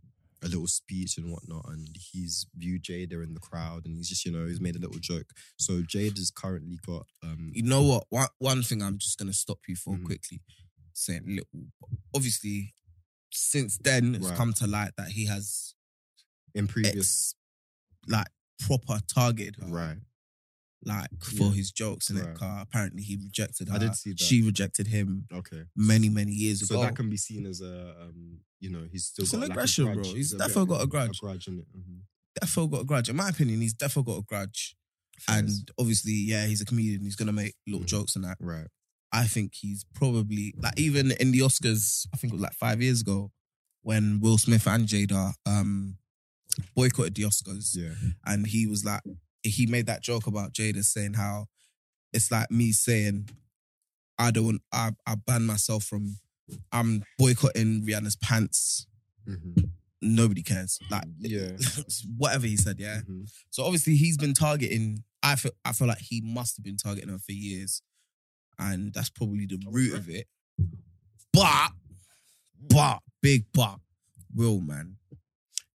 a little speech and whatnot, and he's viewed Jada in the crowd and he's just, you know, he's made a little joke. So Jada's currently got um
You know what? One, one thing I'm just gonna stop you for
Mhm.
quickly, saying little. Obviously, since then it's
Right.
come to light that he has
in previous
ex, like proper targeted her,
Right.
like for
Yeah.
his jokes and
Right.
that car. Apparently, he rejected her.
I did see that.
She rejected him
Okay.
many, many years
So
ago.
that can be seen as a um, you know, he's still
It's
got
an
like, a
aggression,
grudge.
bro. He's
a
definitely
bit-
got a grudge.
A grudge in it. Mhm.
defo got a grudge. In my opinion, he's defo got a grudge. And obviously, yeah, he's a comedian. He's gonna make little
Mhm.
jokes and that.
right,
I think he's probably like even in the Oscars. I think it was like five years ago when Will Smith and Jada um, boycotted the Oscars,
yeah,
and he was like, he made that joke about Jada saying how it's like me saying, I don't, I, I ban myself from, I'm boycotting Rihanna's pants. Mm-hmm,
Mhm.
Nobody cares. Like,
Yeah.
whatever he said, yeah.
Mhm.
So obviously he's been targeting. I feel I feel like he must have been targeting her for years, and that's probably the root of it. But, but big but, Will man,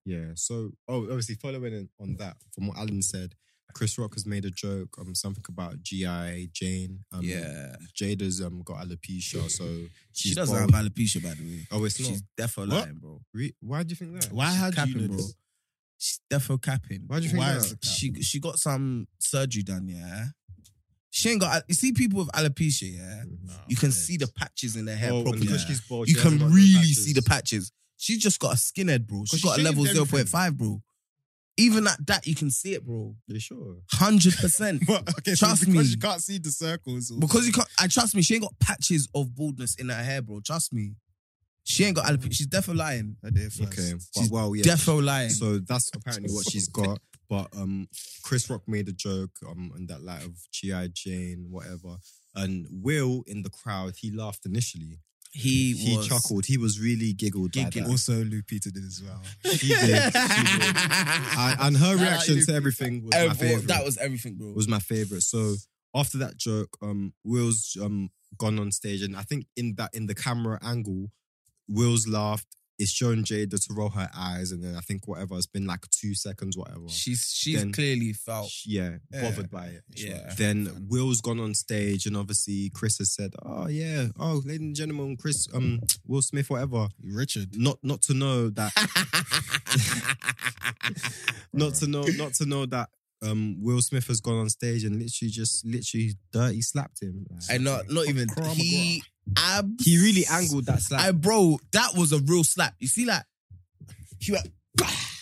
yeah. So, oh, obviously, following in on that from what Alan said, Chris Rock has made a joke, um, something about GI Jane. Um,
yeah,
Jada's um got alopecia, so she's
she doesn't
bald.
have alopecia by the way.
Oh, it's not.
She's defo
What?
lying, bro.
Re- Why do you think that?
Why
She's
had
capping,
you know
bro.
this?
She's defo capping.
Why do you think
Why
that?
is it-
She she got some surgery done, yeah. She ain't got. You see, people with alopecia, yeah,
Mhm.
you can
Yeah.
see the patches in their hair
Oh, and
properly.
because
Yeah.
she's bald,
you
she
can
hasn't got no
really
patches.
see the patches. She's just got a skinhead, bro. She's
she
got a level
shaved everything.
0.5, bro. Even at that, you can see it, bro.
Are you sure?
100%.
But, okay,
Trust
so because
me.
you can't see the circles. or-
because you can't, I trust me, she ain't got patches of baldness in her hair, bro. Trust me. She ain't got alopecia. She's defo lying.
I did first.
Okay,
She's
well, well, yeah.
Defo lying.
So that's apparently what she's got. But um, Chris Rock made a joke um in that light of GI Jane, whatever. And Will in the crowd, he laughed initially.
he
He
was
chuckled. He was really giggled. by
Giggled.
that.
Also, Lupita did as well.
She did. She did. And, and her
Nah,
reaction
you-
to everything was my
Ev-
favorite.
that was everything, bro.
was my favorite. So after that joke, um, Will's um gone on stage, and I think in that in the camera angle, Will's laughed. It's shown Jada to roll her eyes, and then I think whatever it's been like two seconds, whatever.
she's she's
Then-
clearly felt.
yeah,
Yeah.
bothered by it.
Yeah.
Then Will's gone on stage, and obviously Chris has said, "Oh yeah, oh ladies and gentlemen, Chris, um, Will Smith, whatever."
Richard.
Not not to know that, not to know, not to know that. Um, Will Smith has gone on stage and literally just literally dirty slapped him. Like,
and not not even he abs-
he really angled that slap.
I bro, that was a real slap. You see, like he went,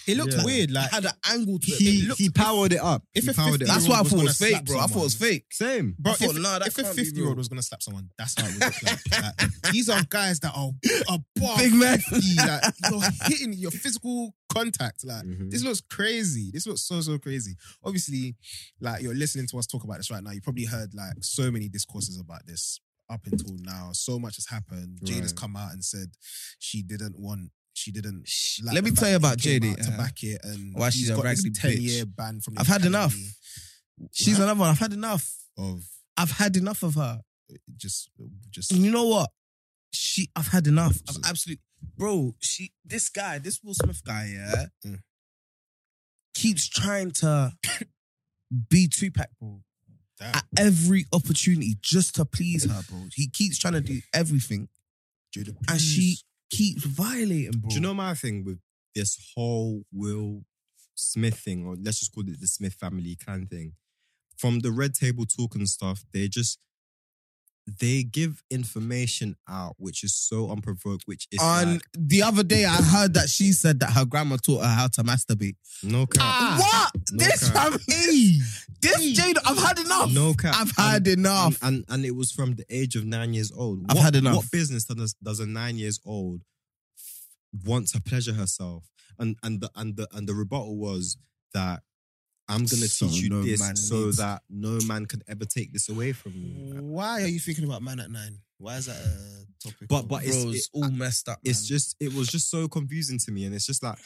It looked
Yeah.
weird. Like
had an angle to it.
he
It looked-
he powered it up.
If
He
a
powered it up.
that's why I
was
thought it
gonna
was fake,
slap
bro. I thought it was fake.
Same.
Bro,
I thought,
if,
nah, that
if a
can't be
50 year
real.
old was going to slap someone, that's how it would look like. Like, These are guys that are, are buff.
Big man.
like, you're hitting your physical contact. Like, this looks crazy. This looks so, so crazy. Obviously, like, you're listening to us talk about this right now. You probably heard, like, so many discourses about this up until now. So much has happened. Jada's
Right.
come out and said she didn't want, she didn't. like
Let me
the fact
tell you
that
about
he came out
JD.
To
uh,
back it and
why she's
he's
a
got this
raggedy
10
bitch.
year ban from the
I've had enough.
Academy
She's another one. I've had enough.
Of
I've had enough of her.
just, just.
And you know what? She, I've had enough. I've absolutely, bro. She, this guy, this Will Smith guy, yeah,
Mm.
keeps trying to be two pack, bro.
Damn.
At every opportunity, just to please her, bro. He keeps trying to do everything,
Jada,
and she keeps violating, bro.
Do you know my thing with this whole Will Smith thing, or let's just call it the Smith family clan thing? From the red table talk and stuff, they just they give information out which is so unprovoked, which is
And
like,
the other day, I heard that she said that her grandma taught her how to masturbate.
no cap,
Ah! What?
No
this
cap.
from me? This Jada? I've had enough.
no cap.
I've had
and,
enough.
and and it was from the age of nine years old.
I've
what,
had enough.
What business does does a nine years old want to pleasure herself? And and the and the and the rebuttal was that I'm gonna
So
teach you
no man
this so
needs-
that no man can ever take this away from you.
Why are you thinking about man at nine? Why is that a topic?
But- but it's-
bro, it's,
it-
all messed up.
It's
man.
just it was just so confusing to me, and it's just like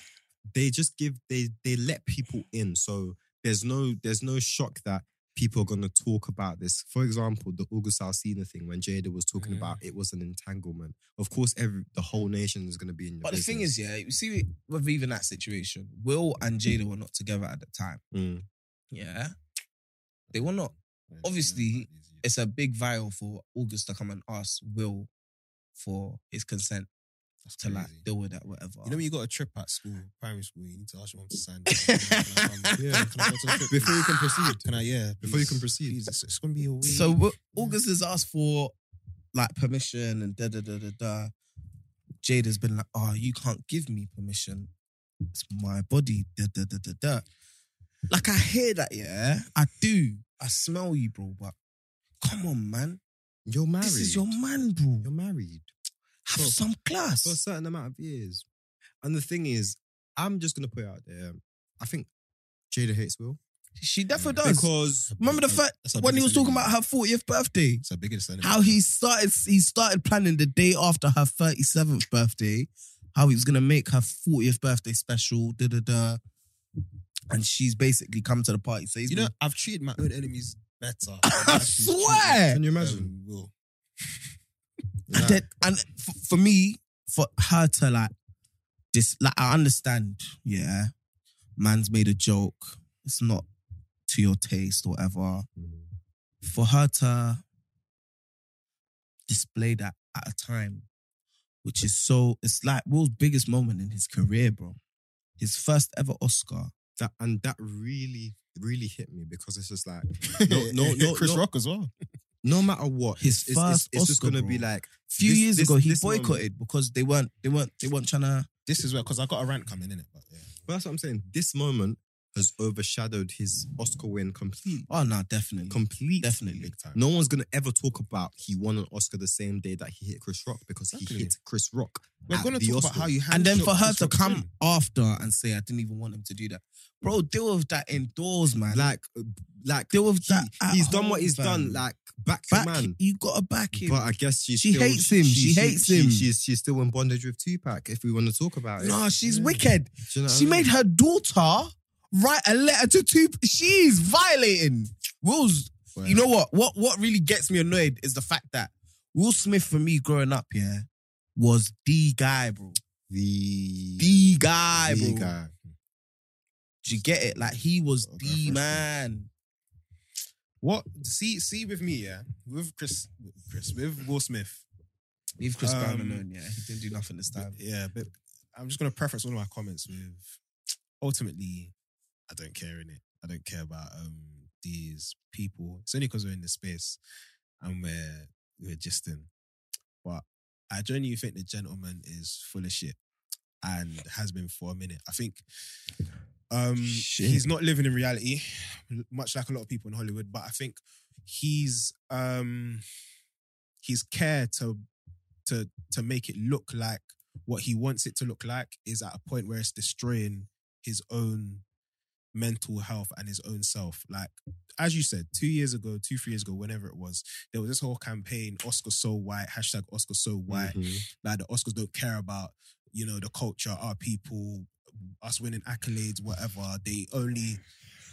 they just give they they let people in, so there's no there's no shock that. People are gonna talk about this. For example, the August Alsina thing when Jada was talking
Yeah.
about it was an entanglement. Of course, every the whole nation is gonna be in. Your
But the thing is, yeah, you see, with even that situation, Will and Jada were not together at the time.
Mm.
Yeah, they were not. obviously, It's a big vial for August to come and ask Will for his consent to like
crazy.
deal with that, whatever.
You know when you got a trip at school, primary school, you need to ask your mom to sign. Like, um, yeah, can I go to the trip?
Before you can proceed.
Can I? Yeah,
Before you can
please.
proceed.
Please, It's, it's gonna be a week.
So Wi- August has asked for like permission and da da da da da. Jada's been like, oh, you can't give me permission. It's my body. Da da da da da. Like I hear that, yeah. I do. I smell you, bro. But come on, man.
You're married.
This is your man, bro.
You're married
Have
Bro,
some class.
for a certain amount of years. And the thing is, I'm just gonna put it out there. I think Jada hates Will
she definitely does.
because
Remember the fact
That's our
when he was
biggest
talking
enemy.
about her 40th birthday?
It's a biggest enemy.
how he started he started planning the day after her 37th birthday how he was going to make her 40th birthday special da da da and she's basically come to the party so he's
you know,
been-
I've treated my own enemies better. than
I
actually treated,
swear
can you imagine?
Um, Will.
and, then, and for, for me for her to like this like I understand yeah man's made a joke it's not to your taste or whatever for her to display that at a time which is so it's like Will's biggest moment in his career, bro. His first ever Oscar.
that and that really, really hit me because it's just like no, no, no,
Chris
no,
Rock as well.
no matter what,
His
it's, it's,
first
it's, it's just
Oscar,
gonna be
bro.
like
Few
This-
years
this-
ago, he
this moment-
boycotted because they weren't they weren't they weren't trying to
This is where because I got a rant coming in it, but yeah.
but that's what I'm saying. This moment has overshadowed his Oscar win completely.
Oh no, definitely.
Completely.
Definitely.
Big time.
No one's gonna ever talk about he won an Oscar the same day that he hit Chris Rock because
Exactly.
he hit Chris Rock.
We're
at
gonna
the
talk about
Oscars.
how you
Ah, And then for her
handled
to
Chris Rock's
come
win.
after and say, I didn't even want him to do that. Bro, deal with that indoors, man.
Like, like
deal with
he-
that. at
he's done
home,
what he's
fam.
done. Like back,
back,
to man.
you gotta back him.
But I guess she's
She
still-
hates him. She hates him.
she's she's still in bondage with Tupac. If we want to talk about it,
no, she's
Yeah.
wicked.
Do you know what I
She
mean?
made her daughter write a letter to two. She's violating Will's. You know what? What what really gets me annoyed is the fact that Will Smith for me growing up, yeah, was the guy, bro.
the
The guy,
the
bro.
guy.
Do you get it? Like he was
Okay,
the
first
man.
What? See, see with me, yeah, with Chris, with Chris, with Will Smith.
Leave Chris Brown
Um,
alone, yeah. He didn't do nothing this time.
Yeah, but I'm just gonna preface all of my comments with ultimately, I don't care in it. I don't care about um these people. It's only because we're in the space and we're we're just in. But I genuinely think the gentleman is full of shit and has been for a minute. I think um
Shit.
he's not living in reality, much like a lot of people in Hollywood, but I think he's um his care to to to make it look like what he wants it to look like is at a point where it's destroying his own mental health and his own self. Like as you said, two years ago, two three years ago, whenever it was, there was this whole campaign: Oscar so white, hashtag Oscar so white.
Mhm.
Like the Oscars don't care about you know the culture, our people, us winning accolades, whatever. They only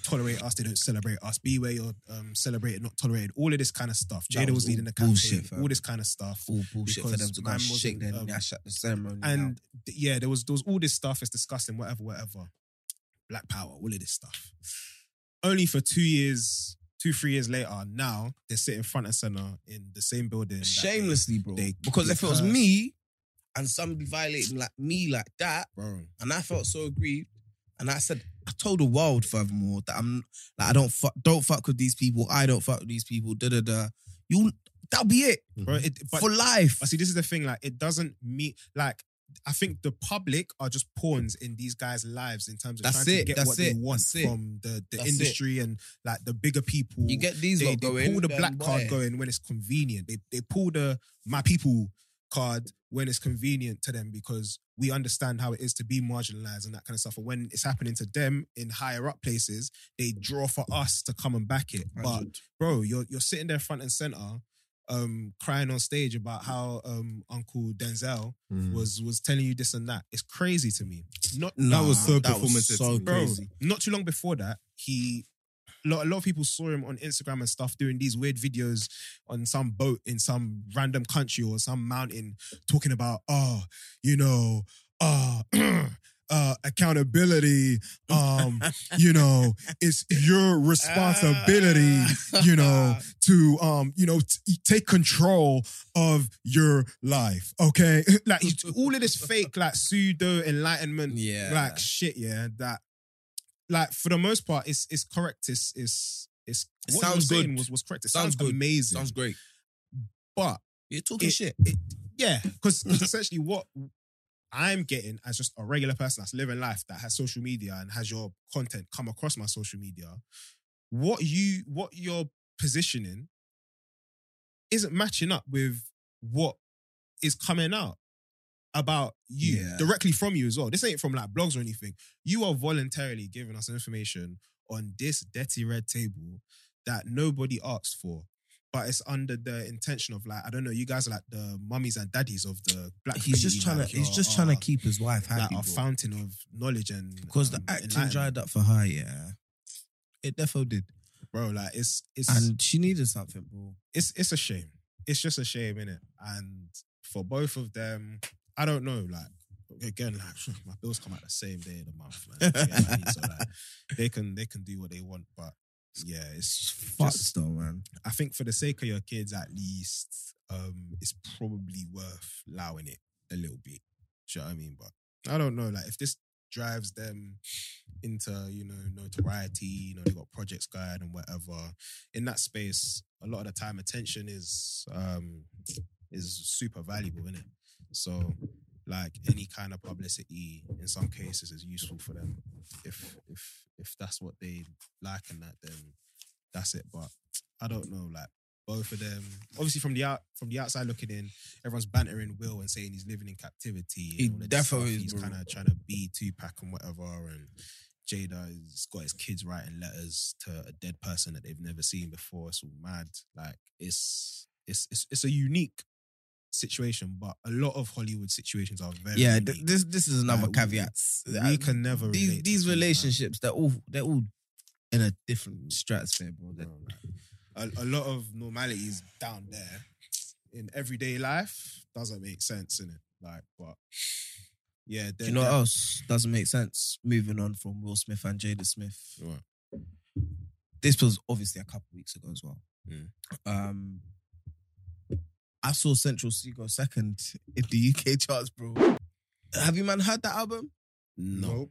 tolerate us. They don't celebrate us. Be where you're um, celebrated, not tolerated. All of this kind of stuff.
That
Jada
was
was, leading
all
the campaign.
bullshit, fam.
all this kind of stuff.
All bullshit for
Because
them to go
man
and
wasn't,
shake their
um,
nash at the ceremony.
And th- yeah, there was there was all this stuff. It's disgusting, whatever, whatever. Black power, all of this stuff. Only for two years, two three years later, now they're sitting front and center in the same building.
now.
that
shamelessly, bro.
they-
because if it was
because-
me, and somebody violating like me like that,
bro.
and I felt so aggrieved, and I said, I told the world furthermore that I'm like I don't fuck, don't fuck with these people. I don't fuck with these people. Da da da. You that'll be it
bro it, but,
for life.
but see, this is the thing. Like, it doesn't meet like. I think the public are just pawns in these guys' lives in terms of
That's
trying
it,
to get
that's
what
it,
they want
that's it.
from the, the
That's
industry and like the bigger people.
You get these
they,
lot
they
going.
pull the
then
black card
why?
going when it's convenient. They they pull the my people card when it's convenient to them because we understand how it is to be marginalized and that kind of stuff. And when it's happening to them in higher up places, they draw for us to come and back it. But bro, you're you're sitting there front and center, um, crying on stage about how um Uncle Denzel
Mm-hmm.
was was telling you this and that. It's crazy to me. Not
Nah,
Mm. That was so
that was
performative.
so
bro.
crazy.
Not too long before that, he lot, a lot of people saw him on Instagram and stuff doing these weird videos on some boat in some random country or some mountain, talking about oh, you know, uh, uh accountability. Um, you know, it's your
Ah.
responsibility
Ah.
you know, to um, you know, t- take control of your life. Okay, like it's all of this fake, like pseudo enlightenment,
yeah,
like shit. Yeah, that like for the most part, it's it's correct. It's it's it's
It
what
sounds
you were
good.
saying was was correct. It
Sounds
sounds,
good.
amazing,
sounds great.
but
You're talking
It-
shit.
yeah, because essentially what I'm getting as just a regular person that's living life that has social media and has your content come across my social media, what you what you're positioning isn't matching up with what is coming out about you
Yeah.
directly from you as well. This ain't from like blogs or anything. You are voluntarily giving us information on this dirty red table that nobody asked for. But it's under the intention of like I don't know. You guys are like the mummies and daddies of the black.
He's just
community,
trying to.
like,
He's
you're
just trying to
our-
keep his wife
like
happy.
a
bro.
fountain of knowledge and
Because the
um,
acting
enlightenment,
dried up for her, yeah. It defo did.
bro. Like it's it's
And she needed something, bro.
it's it's a shame. It's just a shame, innit? And for both of them, I don't know. Like again, like my bills come out the same day of the month, man. You get what I mean? so like, they can they can do what they want, but yeah,
It's
it's
fucked though, man.
I think for the sake of your kids, at least, um, it's probably worth allowing it a little bit. Do you know what I mean? But I don't know. Like, if this drives them into, you know, notoriety, you know, they got projects guide and whatever. In that space, a lot of the time, attention is um is super valuable, isn't it? So, like, any kind of publicity in some cases is useful for them. If if if that's what they like and that, then that's it. But I don't know, like both of them. Obviously, from the out from the outside looking in, everyone's bantering Will and saying he's living in captivity.
He
and all of this stuff.
defo is,
He's
bro.
kind of trying to be Tupac and whatever. And Jada's got his kids writing letters to a dead person that they've never seen before. It's all mad. Like it's it's it's, it's a unique situation, but a lot of Hollywood situations are very
yeah,
unique.
th- this this is another
Like,
caveat.
we can never
these
relate
these
to these, man.
relationships, they're all they're all in a different stratosphere, bro. They're-
Bro, like, a, a lot of normality is down there in everyday life. Doesn't make sense in it, like, but yeah.
Do you know what else doesn't make sense? Moving on from Will Smith and Jada Smith.
What?
This was obviously a couple weeks ago as well.
Mm.
Um, I saw Central C go second in the UK charts, bro. Have you man heard that album?
No,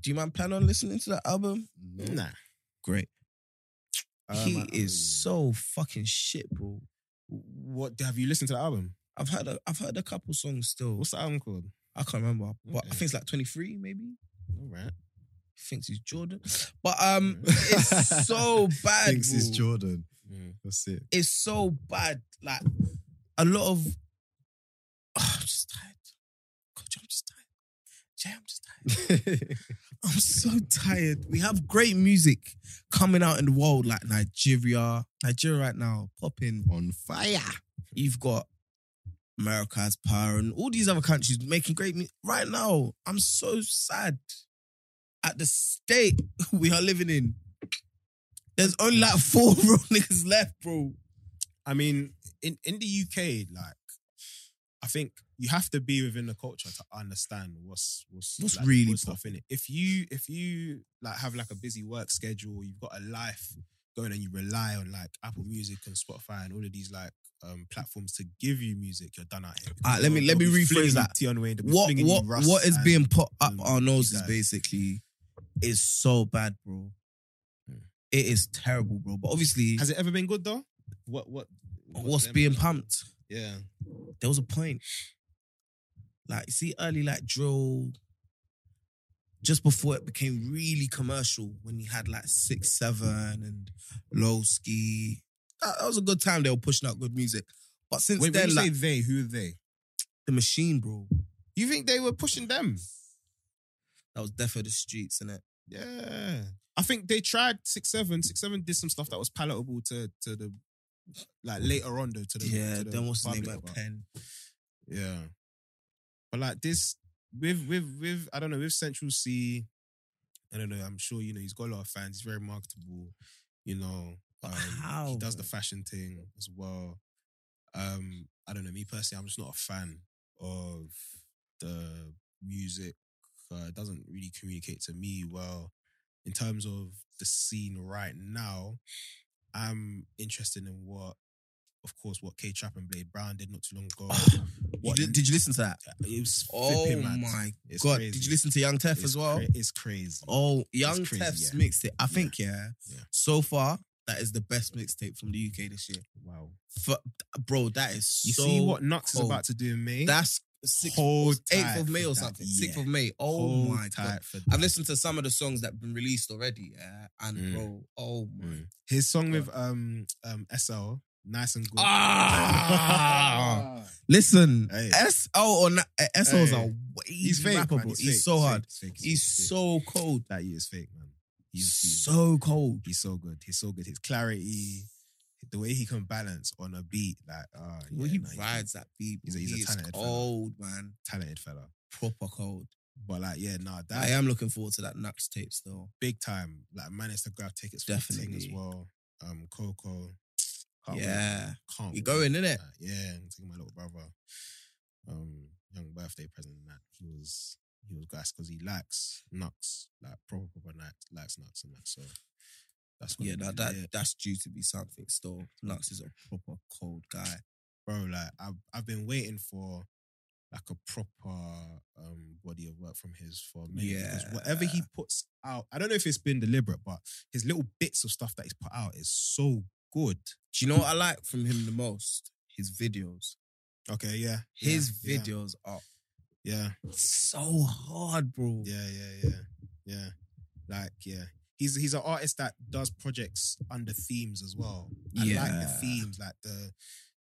Do you man plan on listening to that album? Uh,
nah.
Great.
Um,
he
I-
is so fucking shit, bro.
What have you listened to the album?
I've heard a, I've heard a couple songs still.
What's the album called?
I can't remember, but I
Okay.
think it's like 23 maybe.
All right.
Thinks he's Jordan, but um, it's so bad.
Mm. Thinks it's
bro.
Jordan. That's it.
It's so bad. Like a lot of. Oh, I'm just tired. Coach, I'm just tired. Jay, I'm just tired. I'm so tired. We have great music coming out in the world, like Nigeria. Nigeria right now, popping
On fire.
you've got America's power and all these other countries making great music. Right now, I'm so sad at the state we are living in. There's only like four real niggas left, bro.
I mean, in in the UK, like, I think you have to be within the culture to understand what's what's
What's
like,
really
stuff in it. If you if you like have like a busy work schedule, you've got a life go and you rely on like Apple Music and Spotify and all of these like um platforms to give you music, you're done out here.
All right, let me- let me
They'll be
rephrase
flinging you
that.
Tion Wayne, they'll be
what
flinging you
what
Russ
what is
and-
being put up
and
our noses
guys.
basically is so bad, bro. It is terrible, bro. But obviously,
Hmm. Has it ever been good though? What what
what's
them-
being pumped?
Yeah,
There was a point, like you see early like drill, just before it became really commercial. When you had like six seven and low ski, that, that was a good time. They were pushing out good music. But since
Wait, when
then,
you
like
say they, who are they?
the machine, bro,
You think they were pushing them?
that was death of the streets, and it.
Yeah. I think they tried six seven. Six seven did some stuff that was palatable to to the like later on though to the
Yeah,
to the
then what's the name?
public,
Like
but-
Pen.
Yeah. But like this with with with I don't know, with Central C, I don't know, I'm sure you know he's got a lot of fans, he's very marketable, you know.
But
um,
how,
he does the
bro?
fashion thing as well. Um, I don't know, me personally, I'm just not a fan of the music. Uh, it doesn't really communicate to me well in terms of the scene right now. I'm interested in what, of course, what K Trap and Blade Brown did not too long ago.
Ah,
uh,
You did, did you listen to that?
It was
Oh
flipping mad.
my
It's
god!
crazy.
Did you listen to Young Tef
It's
as well?
cra- it's crazy.
oh, Young
crazy,
Tef's
yeah.
mixtape. I think yeah.
Yeah.
So far, that is the best mixtape from the UK this year.
Wow.
For, bro, that is
You
so.
see what Nux is
cold.
about to do in May?
That's sixth,
Hold
eighth
tight
of May
for
or
that.
something.
Yeah.
Sixth of May. Oh
Hold
my god!
tight for
I've
that.
listened to some of the songs that have been released already, yeah, and
Mm.
bro, oh my.
Mm. His song with um um SL, nice and good.
Ah! Listen,
Hey.
SL or not, SL's
Hey.
eh, are way
he's
he's
fake, man.
rappable. He's,
fake.
so
fake,
hard.
He's, fake, he's,
He's
fake.
so cold.
that year is fake, man. He's, he's-
so cold.
he's so good. He's so good. His clarity, the way he can balance on a beat, like ah,
Well,
yeah,
he
nah, he's a
rides that beat.
he's a- he's a
He is
talented fella.
cold, man.
talented fella.
Proper cold.
But like, yeah, nah,
I
that
am looking forward to that Nux tape still.
big time. Like, managed to grab tickets for the thing as
Definitely.
well. Um, Coco, Can't wait.
yeah.
Can't
You
wait.
going, innit?
Like, yeah, I'm taking my little brother. Um, young birthday present and that he was he was gas because he likes nuts, like proper proper night, likes nuts and that. So that's what
Yeah,
we
that,
did,
that
yeah.
that's due to be something still. Nux is a proper cold guy.
bro. Like I've I've been waiting for like a proper um body of work from his for me. Because whatever he puts out, I don't know if it's been deliberate, but his little bits of stuff that he's put out is so good.
Do you know what I like from him the most? His videos.
Okay, yeah.
His
yeah,
videos are
Yeah.
so hard, bro.
Yeah, yeah, yeah, yeah. Like, yeah, he's he's an artist that does projects under themes as well. I like the
Yeah.
themes, like the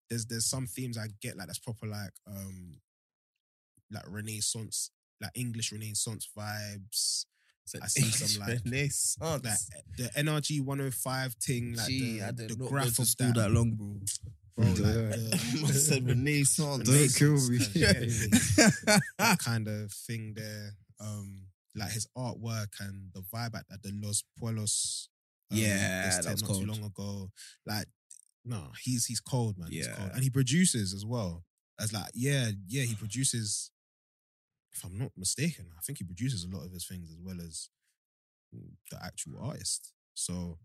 there's there's some themes I get like that's proper like um like Renaissance, like English Renaissance vibes.
It's an
I see
English
some, like-
Renaissance.
Like eh, the NRG 105 thing, like
Gee,
the,
I did
the
not go
graph
to
of
school
that.
that, long, bro.
bro, like,
I
the,
said Renaissance.
Don't kill me.
that
Ah.
kind of thing there. Um, like his artwork and the vibe at, at the Los Pueblos. um,
Yeah,
this
that was
not
cold.
too long ago. Like, no, he's he's cold, man. He's cold,
Yeah.
and he produces as well. As like, yeah, yeah, he produces. If I'm not mistaken, I think he produces a lot of his things as well as mm, the actual artist. So,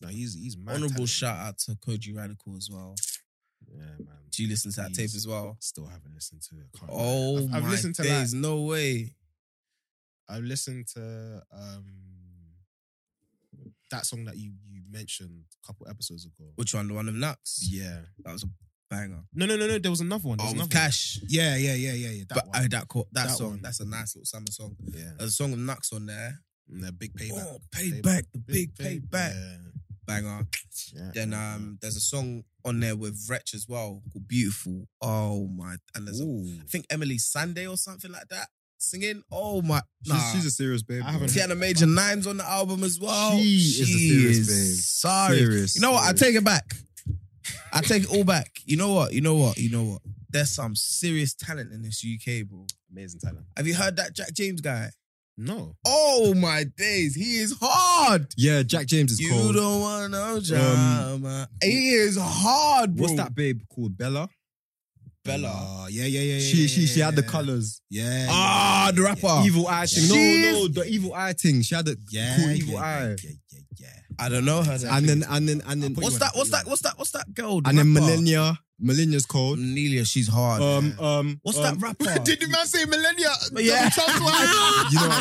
no, he's he's mad
Honorable
talented.
shout out to Koji Radical as well.
Yeah, man.
Do you listen to that
Please.
tape as well?
Still haven't listened to it. I can't lie.
Oh
I've- I've
my
listened to that.
days! No way.
I listened to um that song that you you mentioned a couple episodes ago.
Which one? The one of Nux?
yeah.
that was a banger.
No, no, no, no. There was another one. There
Oh,
was
with
another
Cash.
One. Yeah, yeah, yeah, yeah, yeah. That
but
one.
I that that, co- that,
That
song.
one.
That's a nice little summer song.
yeah.
There's a song of Nux on there.
And the big payback.
Oh, payback, the big payback banger.
Yeah. yeah.
Then um, there's a song on there with Wretch as well called Beautiful. Oh my! And there's a,
Ooh.
I think Emily Sunday or something like that singing. Oh my!
She's,
Nah.
she's a serious babe.
I
bro.
haven't-
Tiana Major Nines on the album as well.
She is a serious babe.
Sorry.
Serious,
You know what? I
serious.
take it back. I take it all back. You know what? You know what? You know what? There's some serious talent in this UK, bro.
Amazing talent.
Have you heard that Jack James guy?
No.
Oh my days, he is hard.
Yeah, Jack James is
you
cold.
don't want no drama. he is hard, bro.
Um, What's that babe called? Bella.
Bella?
Oh, yeah, yeah, yeah.
She
yeah,
she
yeah,
she had the
yeah.
colors.
Yeah.
Ah, the rapper.
Evil eye thing. No,
She's-
no, the evil eye thing. She had the
Yeah.
cool
yeah,
evil
yeah,
eye.
Yeah, yeah, yeah.
I don't know her.
And then and then and then
I'll put
what's
you
that?
on,
What's
put you
that? What's that? What's that girl? the
and then
rapper?
millennia. Millennia's cold.
Nelia, she's hard.
Um um.
what's
um,
that rapper?
Did the man say millennia?
Yeah.
You know,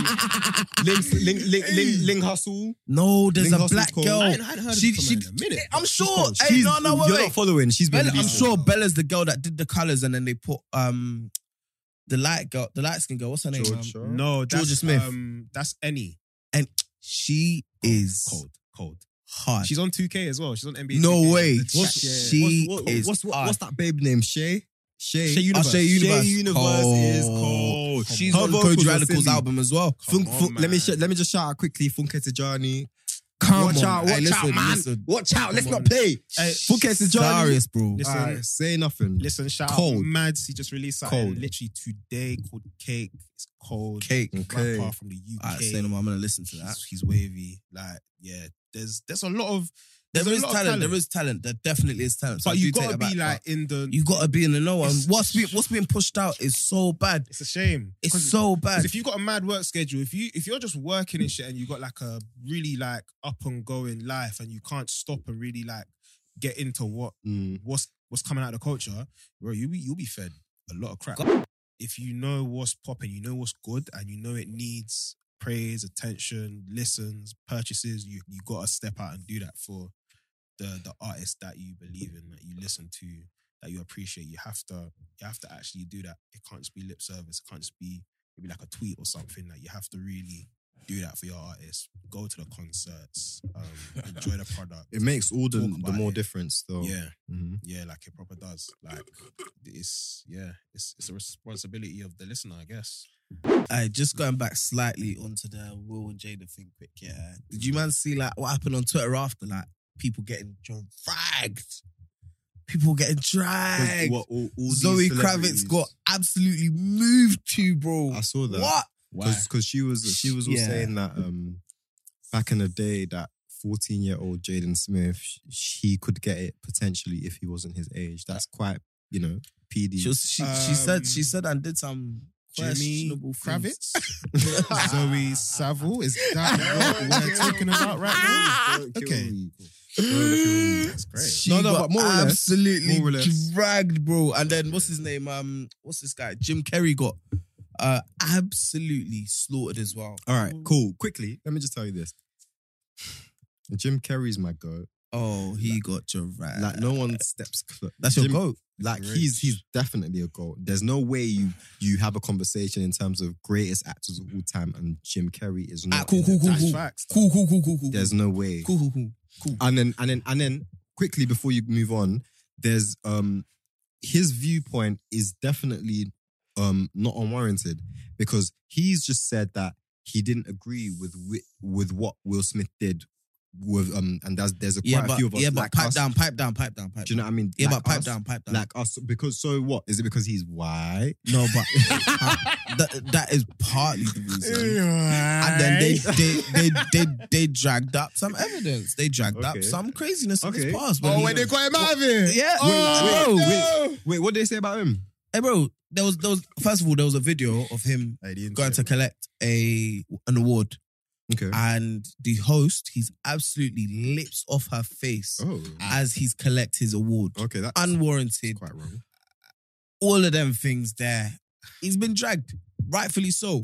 Ling Ling Ling Ling, Ling Hustle.
no, there's
Ling
a
Hustle's
black
cold.
girl.
I ain't heard of
She-
this
she-
woman in a minute.
I'm sure.
She's-
Oh, Hey, no, no, wait,
you're
wait.
not following. She's been.
Bella, I'm
released.
sure Bella's the girl that did the colors, and then they put um the light girl, the light skin girl. What's her name?
George
Um,
Shaw.
No, that's,
Georgia Smith.
Um, that's any
She is
cold, cold.
hard.
She's on 2K as well. She's on NBA.
no
2K.
way.
The
What's-
track, yeah.
She
what's, what-
is.
what's, what-
hard.
what's that babe name? Shay. Shay.
Shay Universe.
Shay Universe,
Shay Universe
is
cold.
cold.
She's
Her
on
vocals
Code
are
Radical's
silly.
album as well.
Funk,
Come on,
funk- let me
man.
sh- let me just shout out quickly. Funke Tijani.
Come
watch
on.
out!
Hey,
Watch
listen,
out, man!
listen.
Watch out! Let's
Come
not
on.
play.
Hey,
Funke Tijani.
Darius, bro.
Listen,
Alright, say nothing.
Listen, shout
Cold.
out Mads. He just released something
Cold.
literally today called Cake. It's cold.
Cake.
Okay.
Rapper from the UK.
Alright, say no more. I'm gonna listen to that.
he's, he's wavy. Like, yeah, there's there's a lot of
There
There's a
is
lot of
talent,
talent.
There is talent. There definitely is talent. So
but
I do
you
take
gotta
that
be
back,
like in the
but you gotta be in the know. And
It's-
what's being what's being pushed out is so bad.
it's a shame.
It's
'Cause-
so
'cause
bad.
if you got a mad work schedule, if you if you're just working and shit and you got like a really like up and going life and you can't stop and really like get into what
Mm.
what's what's coming out of the culture, bro, you'll be you'll be fed a lot of crap. If you know what's popping, you know what's good, and you know it needs praise, attention, listens, purchases, you you gotta step out and do that for the the artist that you believe in, that you listen to, that you appreciate. You have to you have to actually do that. It can't just be lip service. It can't just be maybe like a tweet or something. That you have to really do that for your artist. Go to the concerts, um, enjoy the product.
It makes all the,
Talk
the
about
more
it.
difference, though.
Yeah.
Mhm.
Yeah, like it proper does. Like it's yeah, it's it's a responsibility of the listener, I guess.
I just going back slightly onto the Will and Jada thing quick, yeah. Did you man see like what happened on Twitter after like people getting dragged? People getting dragged.
What- all- all these
Zoe
celebrities-
Kravitz got absolutely moved to, bro.
I saw that.
What?
Why?
Because she was she was all
Yeah.
saying that um back in the day that 14 year old Jaden Smith sh- he could get it potentially if he wasn't his age. That's quite you know PD.
She, was, she, she said
Um,
she said and did some
Jimmy
questionable things.
Kravitz, Zoe Savile. Is that what we're talking about right now? Okay. That's great.
She
No,
no,
no,
no,
but more or less.
absolutely
More or less.
dragged, bro. And then what's his name? Um, what's this guy? Jim Kerry got uh absolutely slaughtered as well.
All right, cool. Quickly, let me just tell you this. Jim Carrey's my goat.
Oh, he got dragged. Ah,
Like no one
Uh,
steps close.
That's your goat.
Like he's he's definitely a goat. There's no way you you have a conversation in terms of greatest actors of all time, and Jim Carrey is not.
Ah, cool,
in
cool,
that.
cool,
That's
cool,
facts,
cool, cool, cool, cool, cool.
There's no way.
cool, cool, cool.
And then and then and then quickly before you move on, there's um his viewpoint is definitely um not unwarranted because he's just said that he didn't agree with wi- with what Will Smith did with um and that's there's a quite
Yeah,
a
but
few of us
yeah, but
like
pipe
us.
down, pipe down, pipe down, pipe.
Do you know what
down.
I mean?
Yeah,
Like
but pipe
us-
down, pipe down.
Like us because so what? Is it because he's white?
no, but that, that is partly the reason. And then they they they they, they dragged up some evidence. They dragged up
Okay.
some craziness in
Okay.
his past.
Oh,
he-
when they got him out of here.
yeah,
Oh,
bro,
no.
Wait, what did they say about him?
Hey, bro, there was, there was first of all, there was a video of him going to collect a an award,
Okay.
Ah. and the host, he's absolutely lips off her face
oh.
as he's collect his award,
Okay, that's
unwarranted.
quite wrong.
All of them things there. He's been dragged, rightfully so.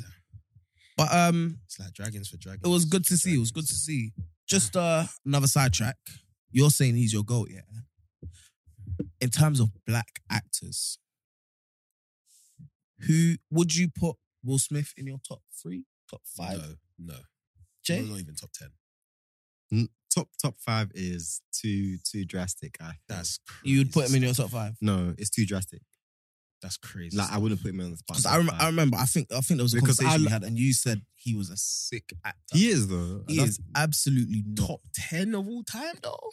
But um,
It's like dragons for dragons.
it was good to see. It was good to see. Just uh, another sidetrack. You're saying he's your goat, yeah? In terms of black actors, who would you put Will Smith in your top three, top five?
No, no,
Jay,
not even top ten.
Top top five is too too drastic. I
That's crazy.
you would put him in your top five?
no, it's too drastic.
That's crazy.
Like I wouldn't put him on the spot.
Because I, rem- I remember, I think, I think there was a
Because I
conversation we
li-
had, and you said he was a sick actor.
he is though.
He
That's-
is absolutely not.
top ten of all time though.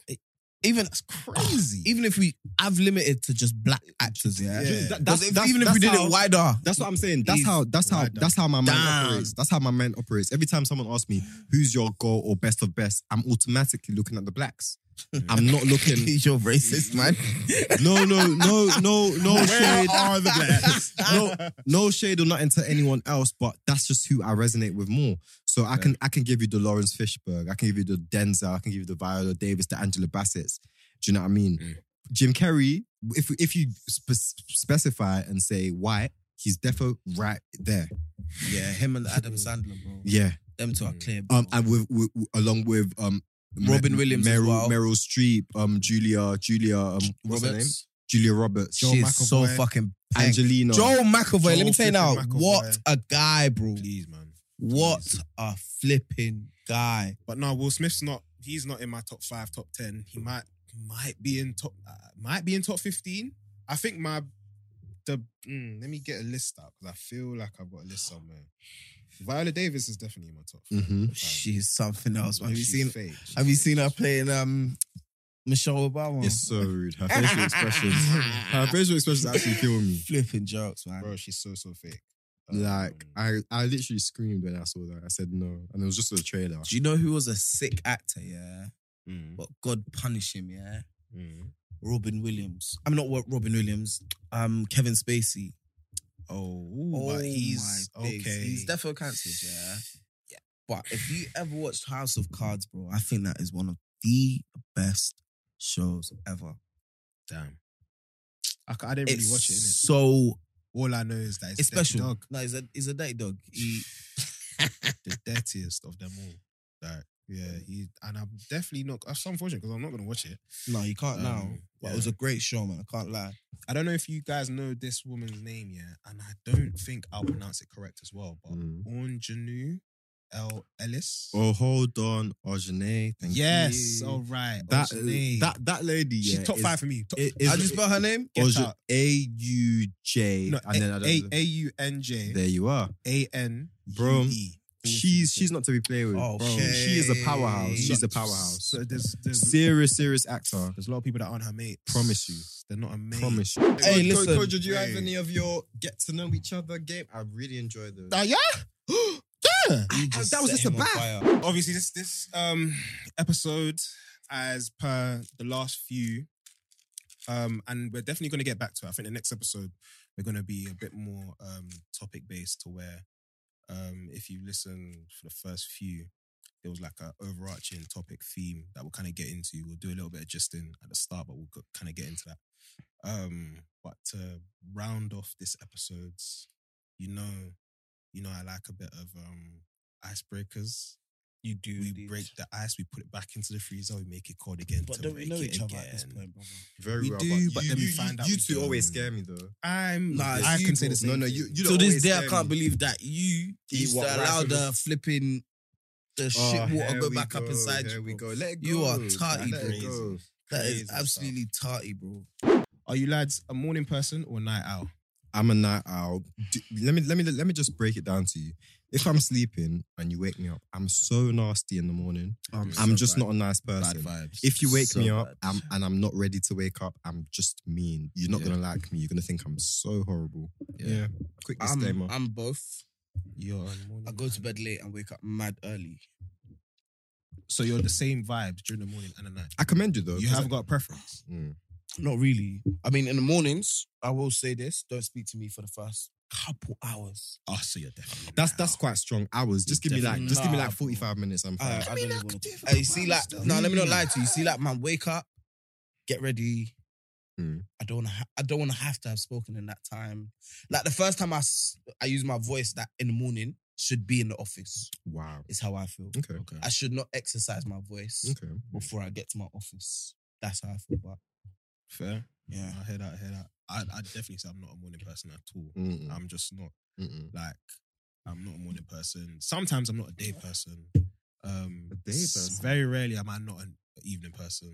Even
That's crazy.
even if we, I've limited to just black actors, yeah.
Yeah.
That-
'Cause
that's-
if-
that's-
even if we
that's
did
how-
it wider,
That's what I'm saying. That's
He's
how that's how
wider.
that's how my mind
Damn.
operates. That's how my mind operates. Every time someone asks me who's your goal or best of best, I'm automatically looking at the blacks. I'm not looking.
You're racist, man.
No, no, no, no, no shade.
are the blacks?
No, no shade or nothing to anyone else, but that's just who I resonate with more. So I can I can give you the Lawrence Fishburne, I can give you the Denzel, I can give you the Viola Davis, the Angela Bassett's. Do you know what I mean?
Mm.
Jim Carrey, if if you spe- specify and say white, he's defo right there.
Yeah, him and Adam Sandler, bro.
Yeah.
Them two are clear. Bro.
Um, and with, with along with um,
Robin Williams as
Meryl,
well.
Meryl Streep, um, Julia, Julia, um, what's her name?
Roberts.
Julia Roberts,
She's so fucking bang.
Angelina.
Joel McAvoy,
Joel
let me tell you now,
flipping McAvoy.
what a guy, bro.
Please, man.
What a flipping guy.
But no, Will Smith's not. He's not in my top five, top ten. He might might be in top uh, might be in top fifteen. I think my the mm, let me get a list out because I feel like I've got a list somewhere. Viola Davis is definitely in my top. five.
Mhm.
Five.
She's something else. man. Have you
She's
seen?
fake. She's
Have you
fake.
seen her playing um Michelle Obama?
It's so rude. Her facial expressions. Her facial expressions actually kill me.
Flipping jokes, man.
Bro, she's so so fake. Um,
Like I, I literally screamed when I saw that. I said no, and it was just a trailer.
Do you know who was a sick actor? Yeah,
mm,
but God punish him. Yeah,
mm.
Robin Williams. I'm not what Robin Williams. Um, Kevin Spacey.
Oh,
but
but
he's okay.
okay.
He's definitely cancelled. Yeah. Yeah. But if you ever watched House of Cards, bro, I think that is one of the best shows ever.
damn. I, ca- I didn't really
It's
watch it. Innit?
so
All I know is that it's,
it's
Dirty
special.
Dog,
No, he's a he's a dirty dog. He,
the dirtiest of them all. Like, yeah, he and I'm definitely not. That's unfortunate because I'm not gonna watch it.
no, you can't now.
Um,
But
yeah.
it was a great show, man. I can't lie.
I don't know if you guys know this woman's name yet, and I don't think I'll pronounce it correct as well. But
Mm.
Onjanu L Ellis.
Oh, hold on, Ojane. Thank
yes,
you.
all right.
that uh,
Orjane.
that that lady.
she's
yeah,
top
is-
five for me. Top,
it is-
I just spell her name. Get
Oje-
out.
A U J.
No,
And then I
A
don't.
A U N J
There you are,
A N
bro.
E.
She's she's not to be played with.
Oh,
bro. She is a powerhouse. She's a powerhouse.
So there's there's
Serious, serious actor.
There's a lot of people that aren't her mates.
Promise you.
They're not a mate.
Promise you.
Hey,
Co- Co-
listen.
Kojo, do you have
Hey.
any of your get to know each other game? I really enjoy those.
Uh, yeah. yeah.
You
I- that was
set
just
him
a
on
bath.
fire.
Obviously, this this um episode, as per the last few, um, and we're definitely gonna get back to it. I think the next episode we're gonna be a bit more um topic based to where um if you listen for the first few, there was like a overarching topic theme that we'll kind of get into. We'll do a little bit of justing at the start, but we'll kind of get into that. Um, but to round off this episode's, you know, you know, I like a bit of um icebreakers.
You do.
We
indeed.
break the ice, we put it back into the freezer, we make it cold again.
But
to
don't we
make
know
it
each other at this
again.
point, brother?
Very
We
well.
do,
you,
but
you,
then we
you-
find out
You
we
two
don't.
always scare me though.
I'm.
Nah,
I
it's
can
you,
say
bro.
the same.
No, no,
thing.
you, you
to
don't
this
always
day, I
scare
can't
me.
believe that you
Eat
used to
what
allow
rice
the flipping the
Oh,
shit water
here
go
we
back up
go,
inside
here
you.
We
bro.
go. Let it go.
You are
man,
tarty,
let it
bro.
go.
That
Crazy
is
stuff.
absolutely tarty, bro.
Are you lads a morning person or night owl?
I'm a night owl. D- Let me let me let me just break it down to you. If I'm sleeping and you wake me up, I'm so nasty in the morning. Um, I'm just not a nice person.
vibes.
If you wake
So
me up
bad.
I'm, and I'm not ready to wake up, I'm just mean. You're not gonna like me. You're gonna think I'm so horrible. Yeah. Quick disclaimer.
I'm, I'm both.
You're a morning.
I go to bed late and wake up mad early.
So you're the same vibes during the morning and the night.
I commend you though.
You
'cause
have
I-
got a preference.
Mm.
Not really. I mean, in the mornings, I will say this: don't speak to me for the first couple hours.
Oh, so you're definitely.
That's that's quite strong hours. Just give me like just give me like
Nah, bro.
45 minutes. I'm fine.
Uh, I, I don't
mean, I
even
could
want
do
to.
it for
Hey,
a
you see,
while
like,
still.
no, let me not lie to you. You See, like, man, wake up, get ready.
Hmm.
I don't want to. Ha- I don't want to have to have spoken in that time. Like the first time I, s- I use my voice that in the morning should be in the office.
wow.
Is how I feel.
Okay.
Okay.
I should not exercise my voice
Okay.
before I get to my office. That's how I feel. But
fair.
yeah,
I hear that. I hear that. I, I definitely say I'm not a morning person at all.
Mm.
Mm-mm.
Uh,
I'm just not.
Mm-mm.
Like, I'm not a morning person. Sometimes I'm not a day person. Um,
A day
s-
person?
Very rarely am I not an evening person.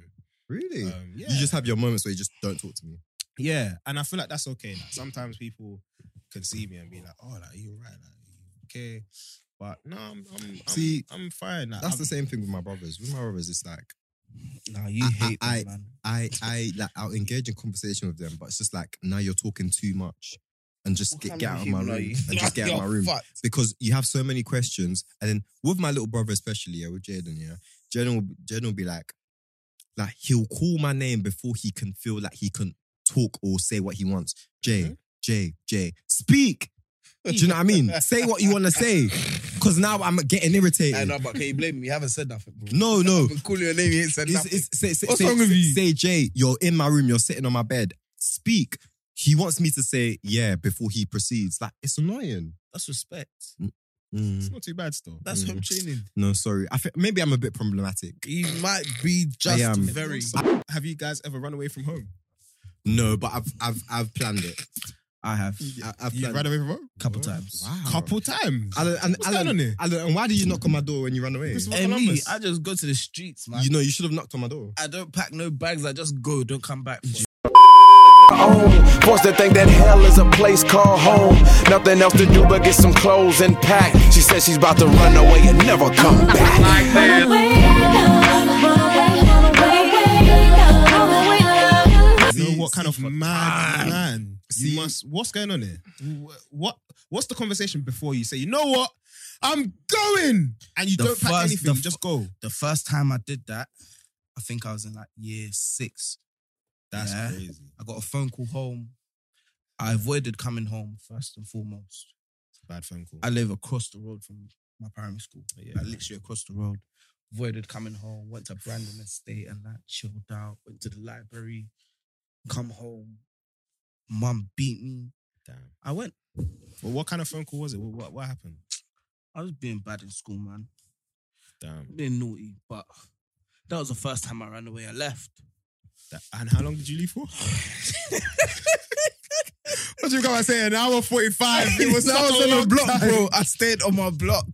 Really?
uh,
Um, yeah.
You just have your moments where you just don't talk to me.
yeah, and I feel like that's okay. Like, sometimes people can see me and be like, "Oh, like you're right, like you okay," but no, I'm, I'm, I'm
See,
I'm fine. Like,
That's
I'm-
the same thing with my brothers. With my brothers, it's like
nah, you
I-
hate
I-
that, man.
I I like I'll engage in conversation with them, but it's just like now you're talking too much, and just
What
get,
kind
get
of
out of my
human are
room
you?
and just get out of my
You're
room
fucked.
because you have so many questions. And then with my little brother, especially yeah, with Jaden, yeah, Jaden will Jaden will be like, Like he'll call my name before he can feel like he can talk or say what he wants. Jay,
Mm-hmm.
Jay, Jay, speak. Do you know what I mean? Say what you want to say, because now I'm getting
I
irritated.
know, but can you blame me? You haven't said nothing, bro.
No, no.
I've been calling your name, you ain't said
It's-
nothing.
it's- say, say,
What's
say-
wrong with
say-
you?
Say, Jay, you're in my room, you're sitting on my bed. Speak. He wants me to say yeah before he proceeds. Like it's annoying.
That's respect.
It's not too bad still.
Mm. That's home
Mm.
training.
No, sorry. I think maybe I'm a bit problematic.
He might be just
I am.
very.
Mm. Have you guys ever run away from home?
No, but I've I've I've planned it.
I have
I, I've
You
planned
ran away from home?
a couple times.
Wow.
Couple times.
Alan, and,
What's going
Alan,
on here?
Alan, and why did you knock on my door when you ran away?
This is-
Hey, me,
Columbus.
I just go to the streets, man.
You know, you should have knocked on my door.
I don't pack no bags. I just go. Don't come back. bro.
own. Forced to think that hell is a place called home. Nothing else to do but get some clothes and pack. She says she's about to run away and never come back.
You
See,
know what kind of
see,
mad man
See?
you must? What's going on here? Wh- What What's the conversation before you say? You know what? I'm going, and you
The
don't pack
first-
anything.
the
you just go.
The first time I did that, I think I was in like year six.
That's
Yeah.
crazy.
I got a phone call home. I avoided coming home first and foremost.
Bad phone call.
I live across the road from my primary school.
Yeah.
Like literally across the road. Avoided coming home, went to Brandon Estate and that, chilled out, went to the library, come home. Mum beat me.
Damn.
I went.
Well, what kind of phone call was it? What What, what happened?
I was being bad in school, man.
Damn.
Being naughty, but that was the first time I ran away. I left.
That- and how long did you leave for? what you gotta say? An hour forty five. It was
I
such
was
a
on
long
a block,
time.
bro. I stayed on my block.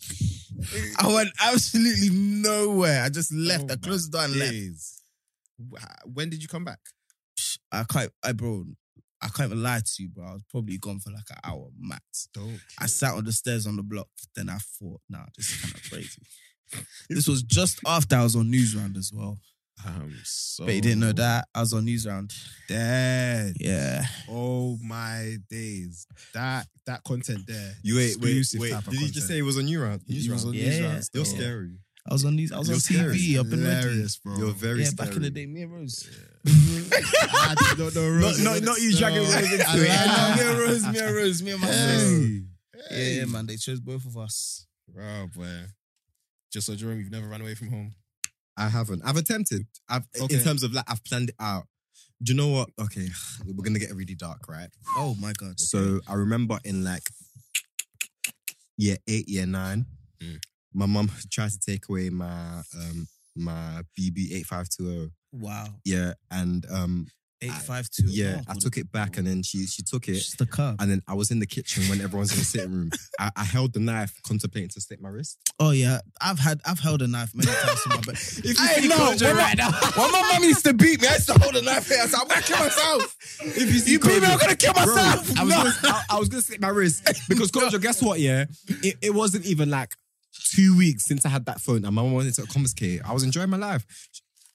I went absolutely nowhere. I just left.
Oh
I closed the door and left.
Days. Wh- When did you come back?
I can't, I, bro. I can't even lie to you, bro. I was probably gone for like an hour max.
Don't.
I sat on the stairs on the block. Then I thought, nah, this is kind of crazy. this was just after I was on Newsround as well.
Um, so
But you didn't know that. I was on Newsround.
Dead.
Yeah.
Oh my days. That that content there.
You wait, wait,
Exclusive
wait.
type of
Did you just
content.
say it was on you round?
He was on
Yeah,
news
yeah.
rounds.
You're
Yeah.
scary.
I was on news. I was on
You're
TV. I've been ready.
hilarious, bro.
You're very
yeah,
scary.
back in the day, me and Rose.
I did not know
Not,
Rose.
not, not you dragging
So-
Rose into it.
I lied.
me and Rose, me and Rose, me and my friends.
Hey.
Yeah, yeah, man. They chose both of us.
Bro, boy. Just so Jerome, you've never run away from home.
I haven't. I've attempted. I've in
Okay.
terms of like I've planned it out. Do you know what? Okay, we're gonna get really dark, right?
Oh my god.
So I remember in like year eight, year nine,
Mm.
my mum tried to take away my um my BB eight five two zero.
wow.
Yeah, and um
Eight five two. Oh,
yeah, I took it back, and then she she took it,
It's the cup.
and then I was in the kitchen when everyone's in the sitting room. I, I held the knife, contemplating to stick my wrist.
Oh yeah, I've had I've held a knife many times in my bed.
If
I
see
know,
Kojo
when I-
now,
Well, my mum used to beat me. I used to hold a knife here. I said, I'm gonna kill myself.
if you see
You beat me,
Kojo-
I'm gonna kill
Bro,
myself.
I was,
No.
gonna, I, I was gonna slit my wrist because Kojo, guess what? Yeah, it, it wasn't even like two weeks since I had that phone, and my mom wanted to confiscate. it. I was enjoying my life,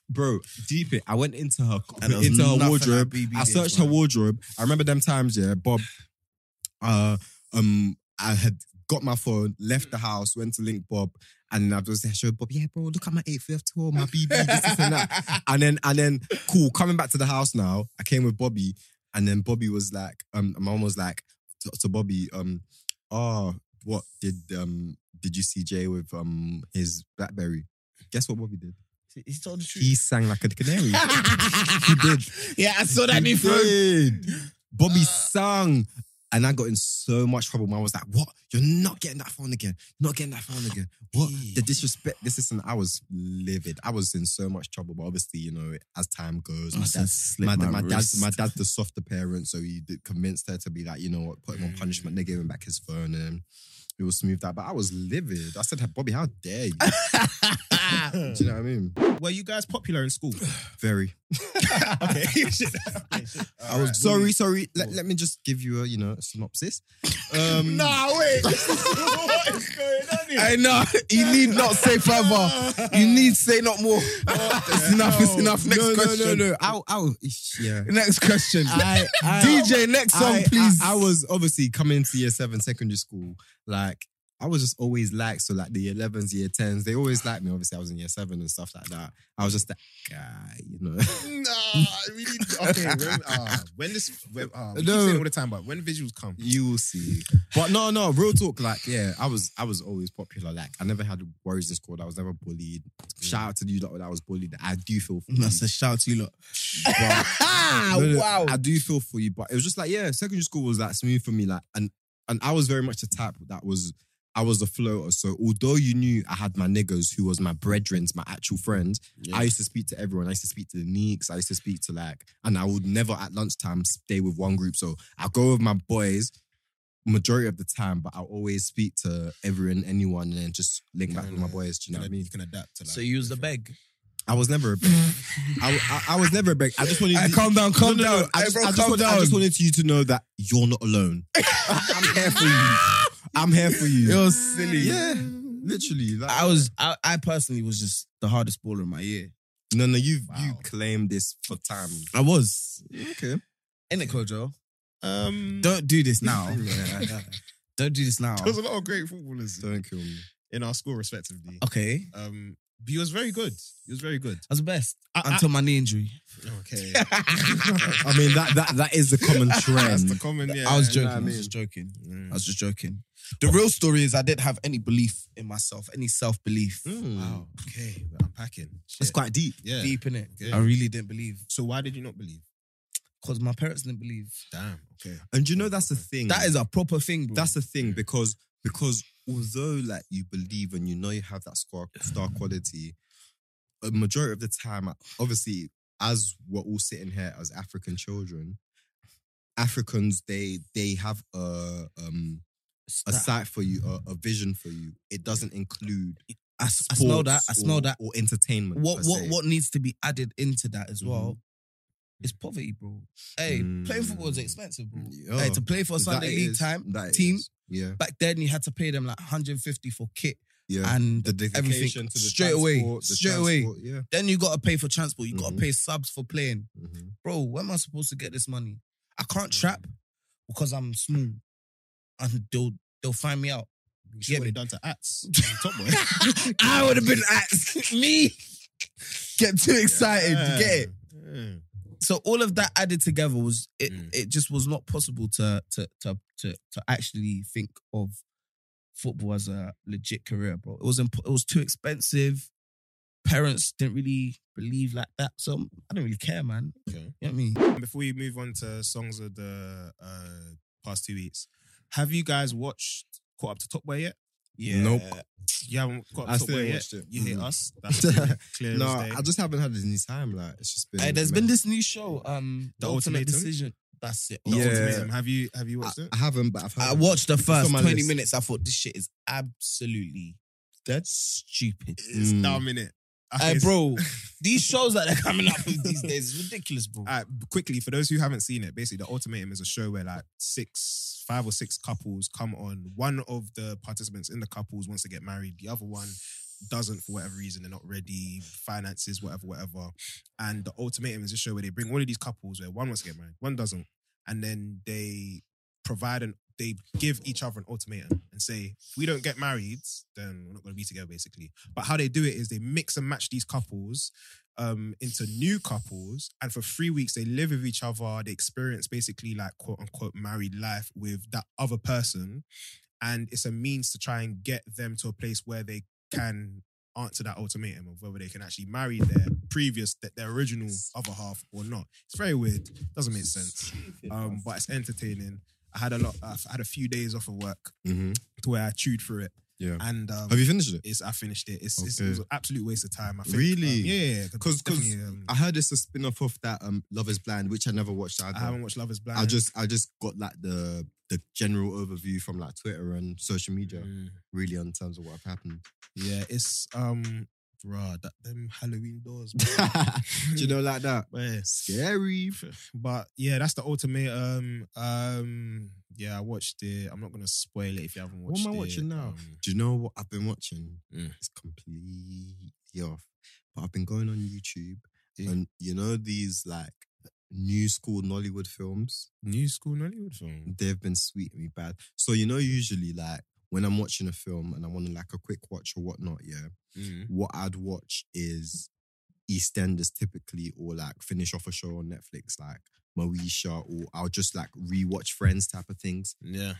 bro. Deep it. I went into her
And there was
into her
nothing
wardrobe.
at BB
I
days,
searched her
man.
wardrobe. I remember them times. Yeah, Bob. Uh, um, I had got my phone, left the house, went to link Bob, and then I was there. Showed Bob, yeah, bro, look at my eight fifth tour, my BB, this, this, and that. And then and then cool, coming back to the house now, I came with Bobby, and then Bobby was like, um, my mom was like to, to Bobby, um, oh, what did um did you see Jay with um his Blackberry? Guess what Bobby did?
He told the truth.
He sang like a canary. he did.
Yeah, I saw that
He
new phone.
did. Bobby sang. And I got in so much trouble. Mum was like, "What? You're not getting that phone again. Not getting that phone again. What? The disrespect. This is." And I was livid. I was in so much trouble. But obviously, you know, as time goes, my dad, my, my, dad's my dad's the softer parent, so he did, convinced her to be like, you know what, put him
Hmm.
on punishment. They gave him back his phone, and it was smoothed out. But I was livid. I said, Bobby, how dare you? Do you know what I mean?
Were you guys popular in school?
Very.
okay.
I was sorry, sorry. Let, let me just give you a you know a synopsis. Um,
Nah, wait. what is going on here?
I know. You need not say further. You need say not more. It's enough. It's enough. Next
no, no,
question.
no, no. I, I, yeah.
Next question.
I, I,
DJ, next song,
I-
please.
I, I was obviously coming into year seven secondary school, like I was just always liked. So like the 11s, year 10s, they always liked me. Obviously, I was in year seven and stuff like that. I was just that guy, you know.
Nah, I really. Okay, when, uh, when this, when, uh, we keep
No.
saying it all the time, but when visuals come,
you will see. But no, no, real talk. Like, yeah, I was, I was always popular. Like, I never had worries in school. I was never bullied. Shout out to you that when I was bullied. I do feel for you.
That's a shout to you lot.
But-
Ah,
No, no, I do feel for you, but it was just like, yeah, secondary school was like smooth for me. Like, and and I was very much the type that was I was a floater. So although you knew I had my niggas who was my brethrens, my actual friends, I used to speak to everyone. I used to speak to the Neeks. I used to speak to like, and I would never at lunchtime stay with one group. So I go with my boys majority of the time, but I'll always speak to everyone, anyone, and then just link back with my boys. Do you
you,
know what I
can,
mean?
you can adapt to that.
So you was the beg.
I was never a beg. I, I, I was never a beg. I just wanted.
Hey,
to,
calm down, calm
No, no, no.
down.
I,
Hey,
just,
bro,
I, just
calm
want- I just
down.
wanted you to know that you're not alone. I'm here for you. I'm here for you.
You're silly.
Yeah, literally. Like,
I was. I, I personally was just the hardest baller in my year.
no, no. You you
Wow.
claim this for time.
I was
Okay.
in it, Kojo.
um,
Don't do this now.
Yeah.
Don't do this now.
there was a lot of great footballers
Don't kill me.
in our school, respectively.
Okay,
Um, but he was very good. He was very good.
I was the best
I- I-
until my knee injury.
okay,
I mean that that that is the common
that's the
trend.
common. Yeah,
I was
you
joking.
know what
I,
I
was
mean?
just joking. I was just joking. The real story is I didn't have any belief in myself, any self belief.
Mm.
Wow. Okay, we're unpacking.
It's
Shit.
quite deep.
yeah.
Deep in it.
Yeah.
I really didn't believe
So why did you not believe?
because my parents didn't believe.
Damn. Okay.
And you know that's the thing.
That is a proper thing, bro.
That's the thing because because although like you believe and you know you have that star, star quality, a majority of the time, obviously, as we're all sitting here as African children, Africans they they have a um a
That-
sight for you, a, a vision for you. It doesn't include
I, s- I smell
sports
that. I smell
or-
that.
or entertainment.
What
per
what
se. Mm-hmm.
what needs to be added into that as well is poverty, bro. Hey,
Mm.
playing football is expensive, bro.
Yeah.
Hey, to play for
That
Sunday
it
league
is,
time
that it
team
is. Yeah,
back then, you had to pay them like 150 for kit
yeah.
and
the dedication
everything
to the
straight away,
transport, the
straight away.
transport, Yeah.
Then you got to pay for transport. You got to
Mhm.
pay subs for playing.
Mhm.
Bro, where am I supposed to get this money? I can't trap because I'm small, and they'll they'll find me out.
You should
me.
have done to Ats. Top boy.
I would have been at me. Get too excited,
Yeah.
get it.
Yeah.
So all of that added together was it.
Mm.
It just was not possible to to to to to actually think of football as a legit career, bro. It was imp- it was too expensive. Parents didn't really believe like that, so I don't really care, man.
Okay.
You know what I mean?
And Before we move on to songs of the uh, past two weeks, have you guys watched caught up to Top Boy yet?
Yeah.
Nope.
You haven't caught up
I
to Top
still
Boy
ain't
yet.
watched it.
You hate
Mm.
us. That's clear- clear
No,
as day.
I just haven't had any time. Like it's just been.
Hey, there's been this new show, um,
The
the Ultimate,
Ultimatum?
Decision. That's it.
The
Yeah.
Ultimatum. Have you have you
I,
watched it?
I haven't, but I've. Heard
I
of it.
watched the first
on my
20
list.
minutes. I thought this shit is absolutely
That's-
stupid.
It's
Mm.
now a minute.
Hey,
Okay,
bro, these shows that are coming up with these days is ridiculous, bro.
Uh, quickly, for those who haven't seen it, basically, the ultimatum is a show where like six, five or six couples come on. One of the participants in the couples wants to get married. The other one doesn't for whatever reason. They're not ready, finances, whatever, whatever. And the ultimatum is a show where they bring all of these couples where one wants to get married, one doesn't, and then they provide an they give each other an ultimatum and say, if we don't get married, then we're not going to be together, basically. But how they do it is they mix and match these couples um, into new couples, and for three weeks they live with each other. They experience basically like quote unquote married life with that other person, and it's a means to try and get them to a place where they can answer that ultimatum of whether they can actually marry their previous, that their original other half or not. It's very weird. Doesn't make sense, um, but it's entertaining. I had a lot. I had a few days off of work
Mhm.
to where I chewed through it,
Yeah.
and um,
Have you finished it?
it's I finished it. It's, it's it
Okay.
was an absolute waste of time. I think.
Really?
Um, yeah, yeah,
'Cause- 'cause
definitely, um,
I heard it's a spin off of that um, Love Is Blind, which I never watched either.
I haven't watched Love Is Blind.
I just I just got like the the general overview from like Twitter and social media,
Mm.
really, in terms of what have happened.
yeah, it's um, bruh, that them Halloween doors, bruh.
Do you know like that?
But yeah.
Scary.
But yeah, that's the ultimatum. Um, yeah, I watched it. I'm not gonna spoil it if you haven't
What
watched
am I
it.
watching now?
Um,
Do you know what I've been watching?
Mm.
It's completely off. But I've been going on YouTube and you know these like new school Nollywood films?
new school Nollywood film.
They've been sweeting me bad. So you know, usually like when I'm watching a film and I want to like a quick watch or whatnot, yeah,
mm,
what I'd watch is EastEnders typically, or like finish off a show on Netflix, like Moesha, or I'll just like rewatch Friends type of things.
Yeah.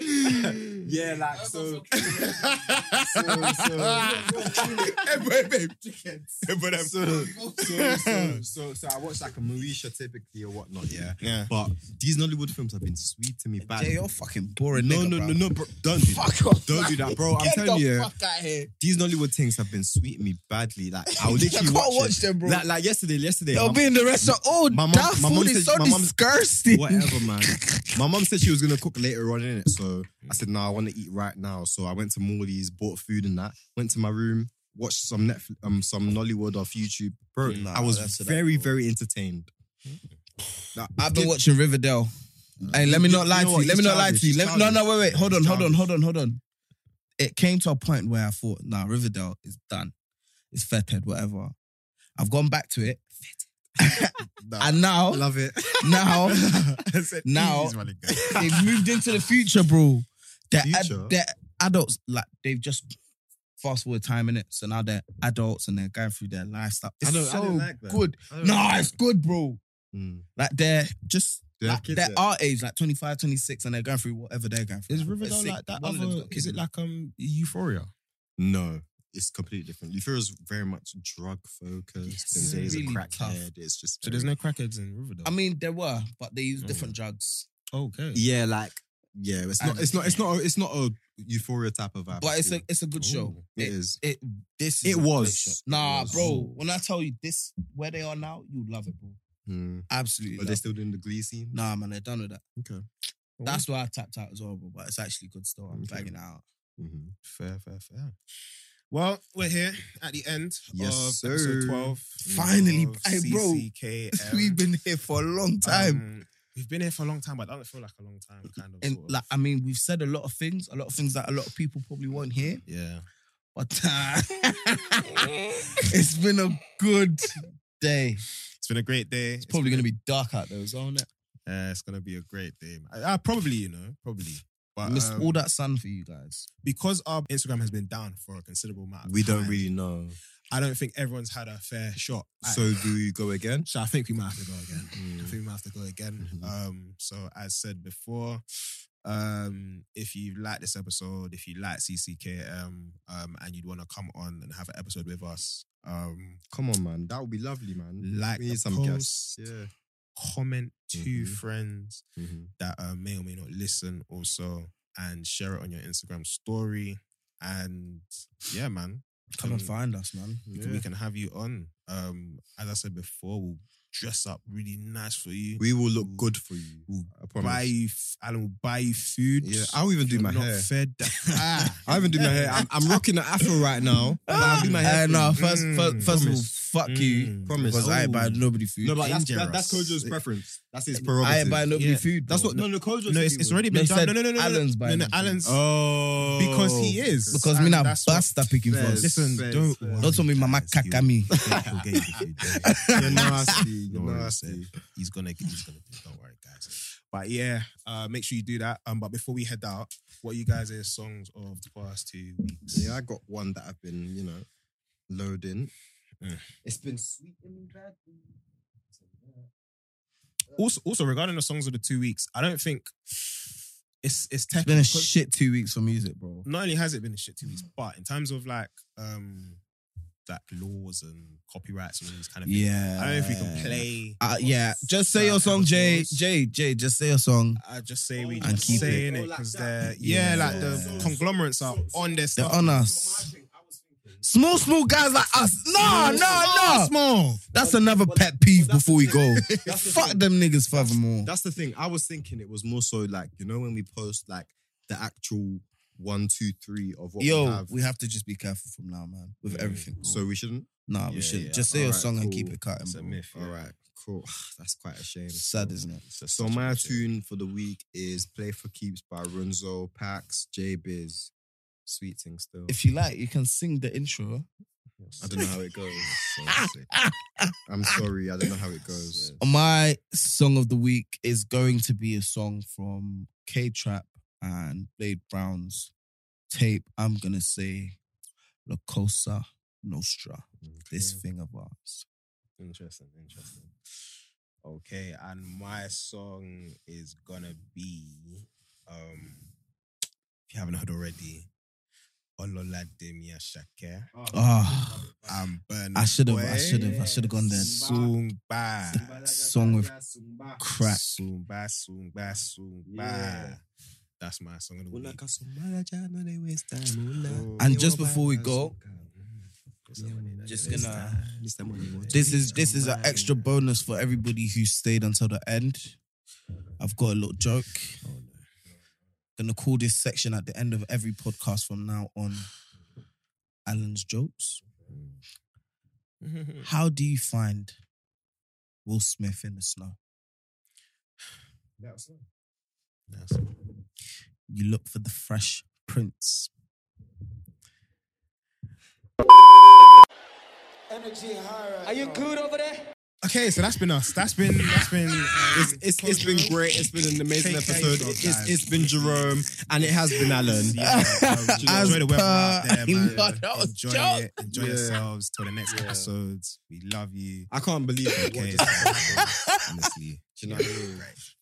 Yeah, like so. so, so, so, so, so I watch like a Moesha typically or whatnot, yeah.
Yeah.
But these Nollywood films have been sweet to me bad.
Jay, you're fucking boring.
No,
nigga,
no,
bro.
no, no, bro. Don't do that.
Fuck off.
Don't do that, bro. I'm
Get
telling
the
you.
fuck out here.
These Nollywood things have been sweeting me badly. Like I'll
I
literally
can't
watch,
watch
it.
them, bro.
Like, like yesterday, yesterday.
They'll
my-
be in the restaurant. Oh,
my mum-
that
my mum
food is
said-
so
my mum's-
disgusting.
Whatever, man. My mom said she was gonna cook later on in it, so I said, "No, I want to eat right now." So I went to Morley's, bought food and that. Went to my room, watched some Netflix, um, some Nollywood off YouTube. Bro,
Nah,
I was
that's that,
very,
bro.
very entertained.
I've been watching Riverdale. Hey, let me
Mm. You-
not
you
lie
know
to
what?
you. Let me
It's
not lie
childish,
to you.
it's
Let me- no, no, wait, wait. Hold on,
It's
hold on,
childish.
hold on, hold on. It came to a point where I thought, nah, Riverdale is done. It's fetid, whatever. I've gone back to it. And now,
love it.
now,
I said,
Now-
"Easy, man, guys."
they've moved into the future, bro. They're, ad-
Future?
they're adults. Like, they've just fast forward time in it. So now they're adults and they're going through their lifestyle. It's
I don't- I
so
don't like that.
good.
I don't
Nah,
know.
it's good, bro.
Mm.
Like, they're just
Do they have
like,
kids
they're
yet?
our age, like 25, 26, and they're going through whatever they're going through.
Is
Like,
Riverdale
it's sick.
like that
One of them's
other?
got
Is
kids.
it like um Euphoria?
No, it's completely different. Luther is very much drug focused,
Yes.
and there's
Really
a
tough.
crackhead. It's just
So
very-
there's no crackheads in Riverdale.
I mean, there were, but they use
Mm.
different drugs.
okay.
yeah, like yeah. It's not.
And-
It's not. It's not. A, it's not a euphoria type of vibe.
But
at
it's a
all.
it's a good show.
Ooh,
it is.
It this
It
is a good
was.
show.
It
Nah,
was.
bro. When I tell you this, where they are now, you love it, bro.
Mm.
Absolutely.
Are they
love
still doing the Glee scene?
it. Nah, man, they're done with that.
Okay.
That's why I tapped out as well, bro. But it's actually good still. I'm
Okay.
bagging it out. Mm-hmm.
Mhm.
fair, fair, fair. Well, we're here at the end
Yes,
of
sir.
episode twelve.
Finally,
of
hey, bro.
CCKM.
been here for a long
Um, we've been here for a long time, but I don't feel like a long time, kind of.
and
sort of.
like, I mean, we've said a lot of things, a lot of things that a lot of people probably won't hear.
yeah.
But uh, it's been a good day.
It's been a great day.
It's probably gonna be dark out there as well, is
Uh, it's gonna be a great day. I, I probably, you know, probably. But
Missed
um,
all that sun for you guys.
because our Instagram has been down for a considerable amount. Of
We don't
time,
really know.
I don't think everyone's had a fair shot. at-
So do you go again?
so I think we might have to go again.
Hmm.
I
Mm.
think we might have to go again.
Mhm.
Um, so as said before, um, if you like this episode, if you like CCKM, um, and you'd want to come on and have an episode with us, um,
Come on, man. That would be lovely, man.
like
We need
the
some
post,
guests. Yeah.
comment to
Mhm.
friends
Mm-hmm.
Mhm.
that uh, may or may not listen also, and share it on your Instagram story. And yeah, man,
Come and
Um,
find us, man.
we, can, we can have you on. Um, as I said before, we'll dress up really nice for you.
We will look good for you.
We'll
I promise.
buy you, f- Alan will buy you food.
Yeah, I'll even
If
do
you're
my
not
hair.
Fed. ah,
I haven't done my hair. I'm, I'm rocking the afro right now. But I'll do my hair.
Hey,
for
no,
you.
Eh, first,
Mm.
first, first of all,
Promise.
fuck you.
Mm.
Promise.
Because I ain't
Ooh.
buy nobody food.
No, but that's, that, that's
Dangerous.
Kojo's preference. That's his
I
prerogative.
ain't buy nobody
Yeah.
food.
That's
bro.
what. No, no, Kojo's.
no, it's, it's already been
No, he
done.
said
No, no, no, no, no.
Alan's
no,
buying
no,
the food.
Alan's.
Oh,
Because he is.
Because
And
me now
that's what-
basta picking
Fair.
first.
Listen,
Fair,
don't
fair.
worry,
Don't tell me Mama
guys, he'll-
Kakami.
he'll get you the food, don't worry.
You're nasty. You're
No,
nasty.
he's gonna he's gonna do it. Don't worry, guys. But yeah, uh, make sure you do that. Um, but before we head out, what you guys are songs of the past two weeks?
Yeah, I got one that I've been, you know, loading.
Eh.
Mm.
It's been sweet and bad.
Also, also regarding the songs of the two weeks, I don't think it's it's
It's been Mm.
technical.
a shit two weeks for music, bro.
Not only has it been a shit two weeks, but in terms of like um like laws and copyrights and all these kind of things,
Yeah.
I don't know if we can play.
Uh, yeah, just say your
Like,
song, Jay.
Avatars.
Jay, Jay, just say your song.
I just say we
And
just
keep
saying
it.
it because they're
Yeah.
yeah, like the conglomerates are on their
They're
stuff.
on us. Small, small guys like us. Ah, No, no, no.
small.
That's another pet peeve
that's
before we
the
go.
That's the
Fuck
thing.
them niggas furthermore.
That's the thing. I was thinking it was more so like, you know, when we post like the actual one, two, three of what
Yo,
we have.
to just be careful from now, man, with
Mm.
everything. bro.
So we shouldn't.
nah,
Yeah,
we should
yeah.
not just say your
Alright,
song and keep
cool.
it cutting.
It's a
bro.
myth.
All right, cool. That's quite a shame.
It's sad, isn't it?
So my tune for the week is "Play for Keeps" by Runzo, Pax, J Biz, Sweet Thing Still.
If you like, you can sing the intro.
Yeah, I don't know how it goes. honestly. I'm sorry, I don't know how it goes.
My song of the week is going to be a song from K Trap and Blade Brown's tape. I'm gonna say La Cosa Nostra,
Mm.
this thing of ours.
Interesting, interesting. Okay, and my song is gonna be um if you haven't heard already, Ololademi Ashake.
Ah,
I'm burning.
I should have, I should have, I should have gone there.
Sumba.
Song with crap.
Sumba, Sumba, Sumba.
Yeah.
That's my song of the week.
And just before we go, just gonna. This is this is an extra bonus for everybody who stayed until the end. I've got a little joke. Gonna call this section at the end of every podcast from now on. Alan's jokes. How do you find Will Smith in the snow? You look for the fresh prints.
Okay, so that's been us. That's been that's been uh,
It's, it's, it's been great. It's been an amazing
Take care of
episode.
yourself,
It's,
guys.
it's been Jerome and it has been Alan.
Yeah, um,
Do you know,
enjoy the weather out
per-
there, man.
I know, that was
enjoy
joke.
it. Enjoy
Yeah.
yourselves till the next
Yeah.
episode. We love you.
I can't believe it.
Okay,
What just happened?
honestly,
Do you know what I mean?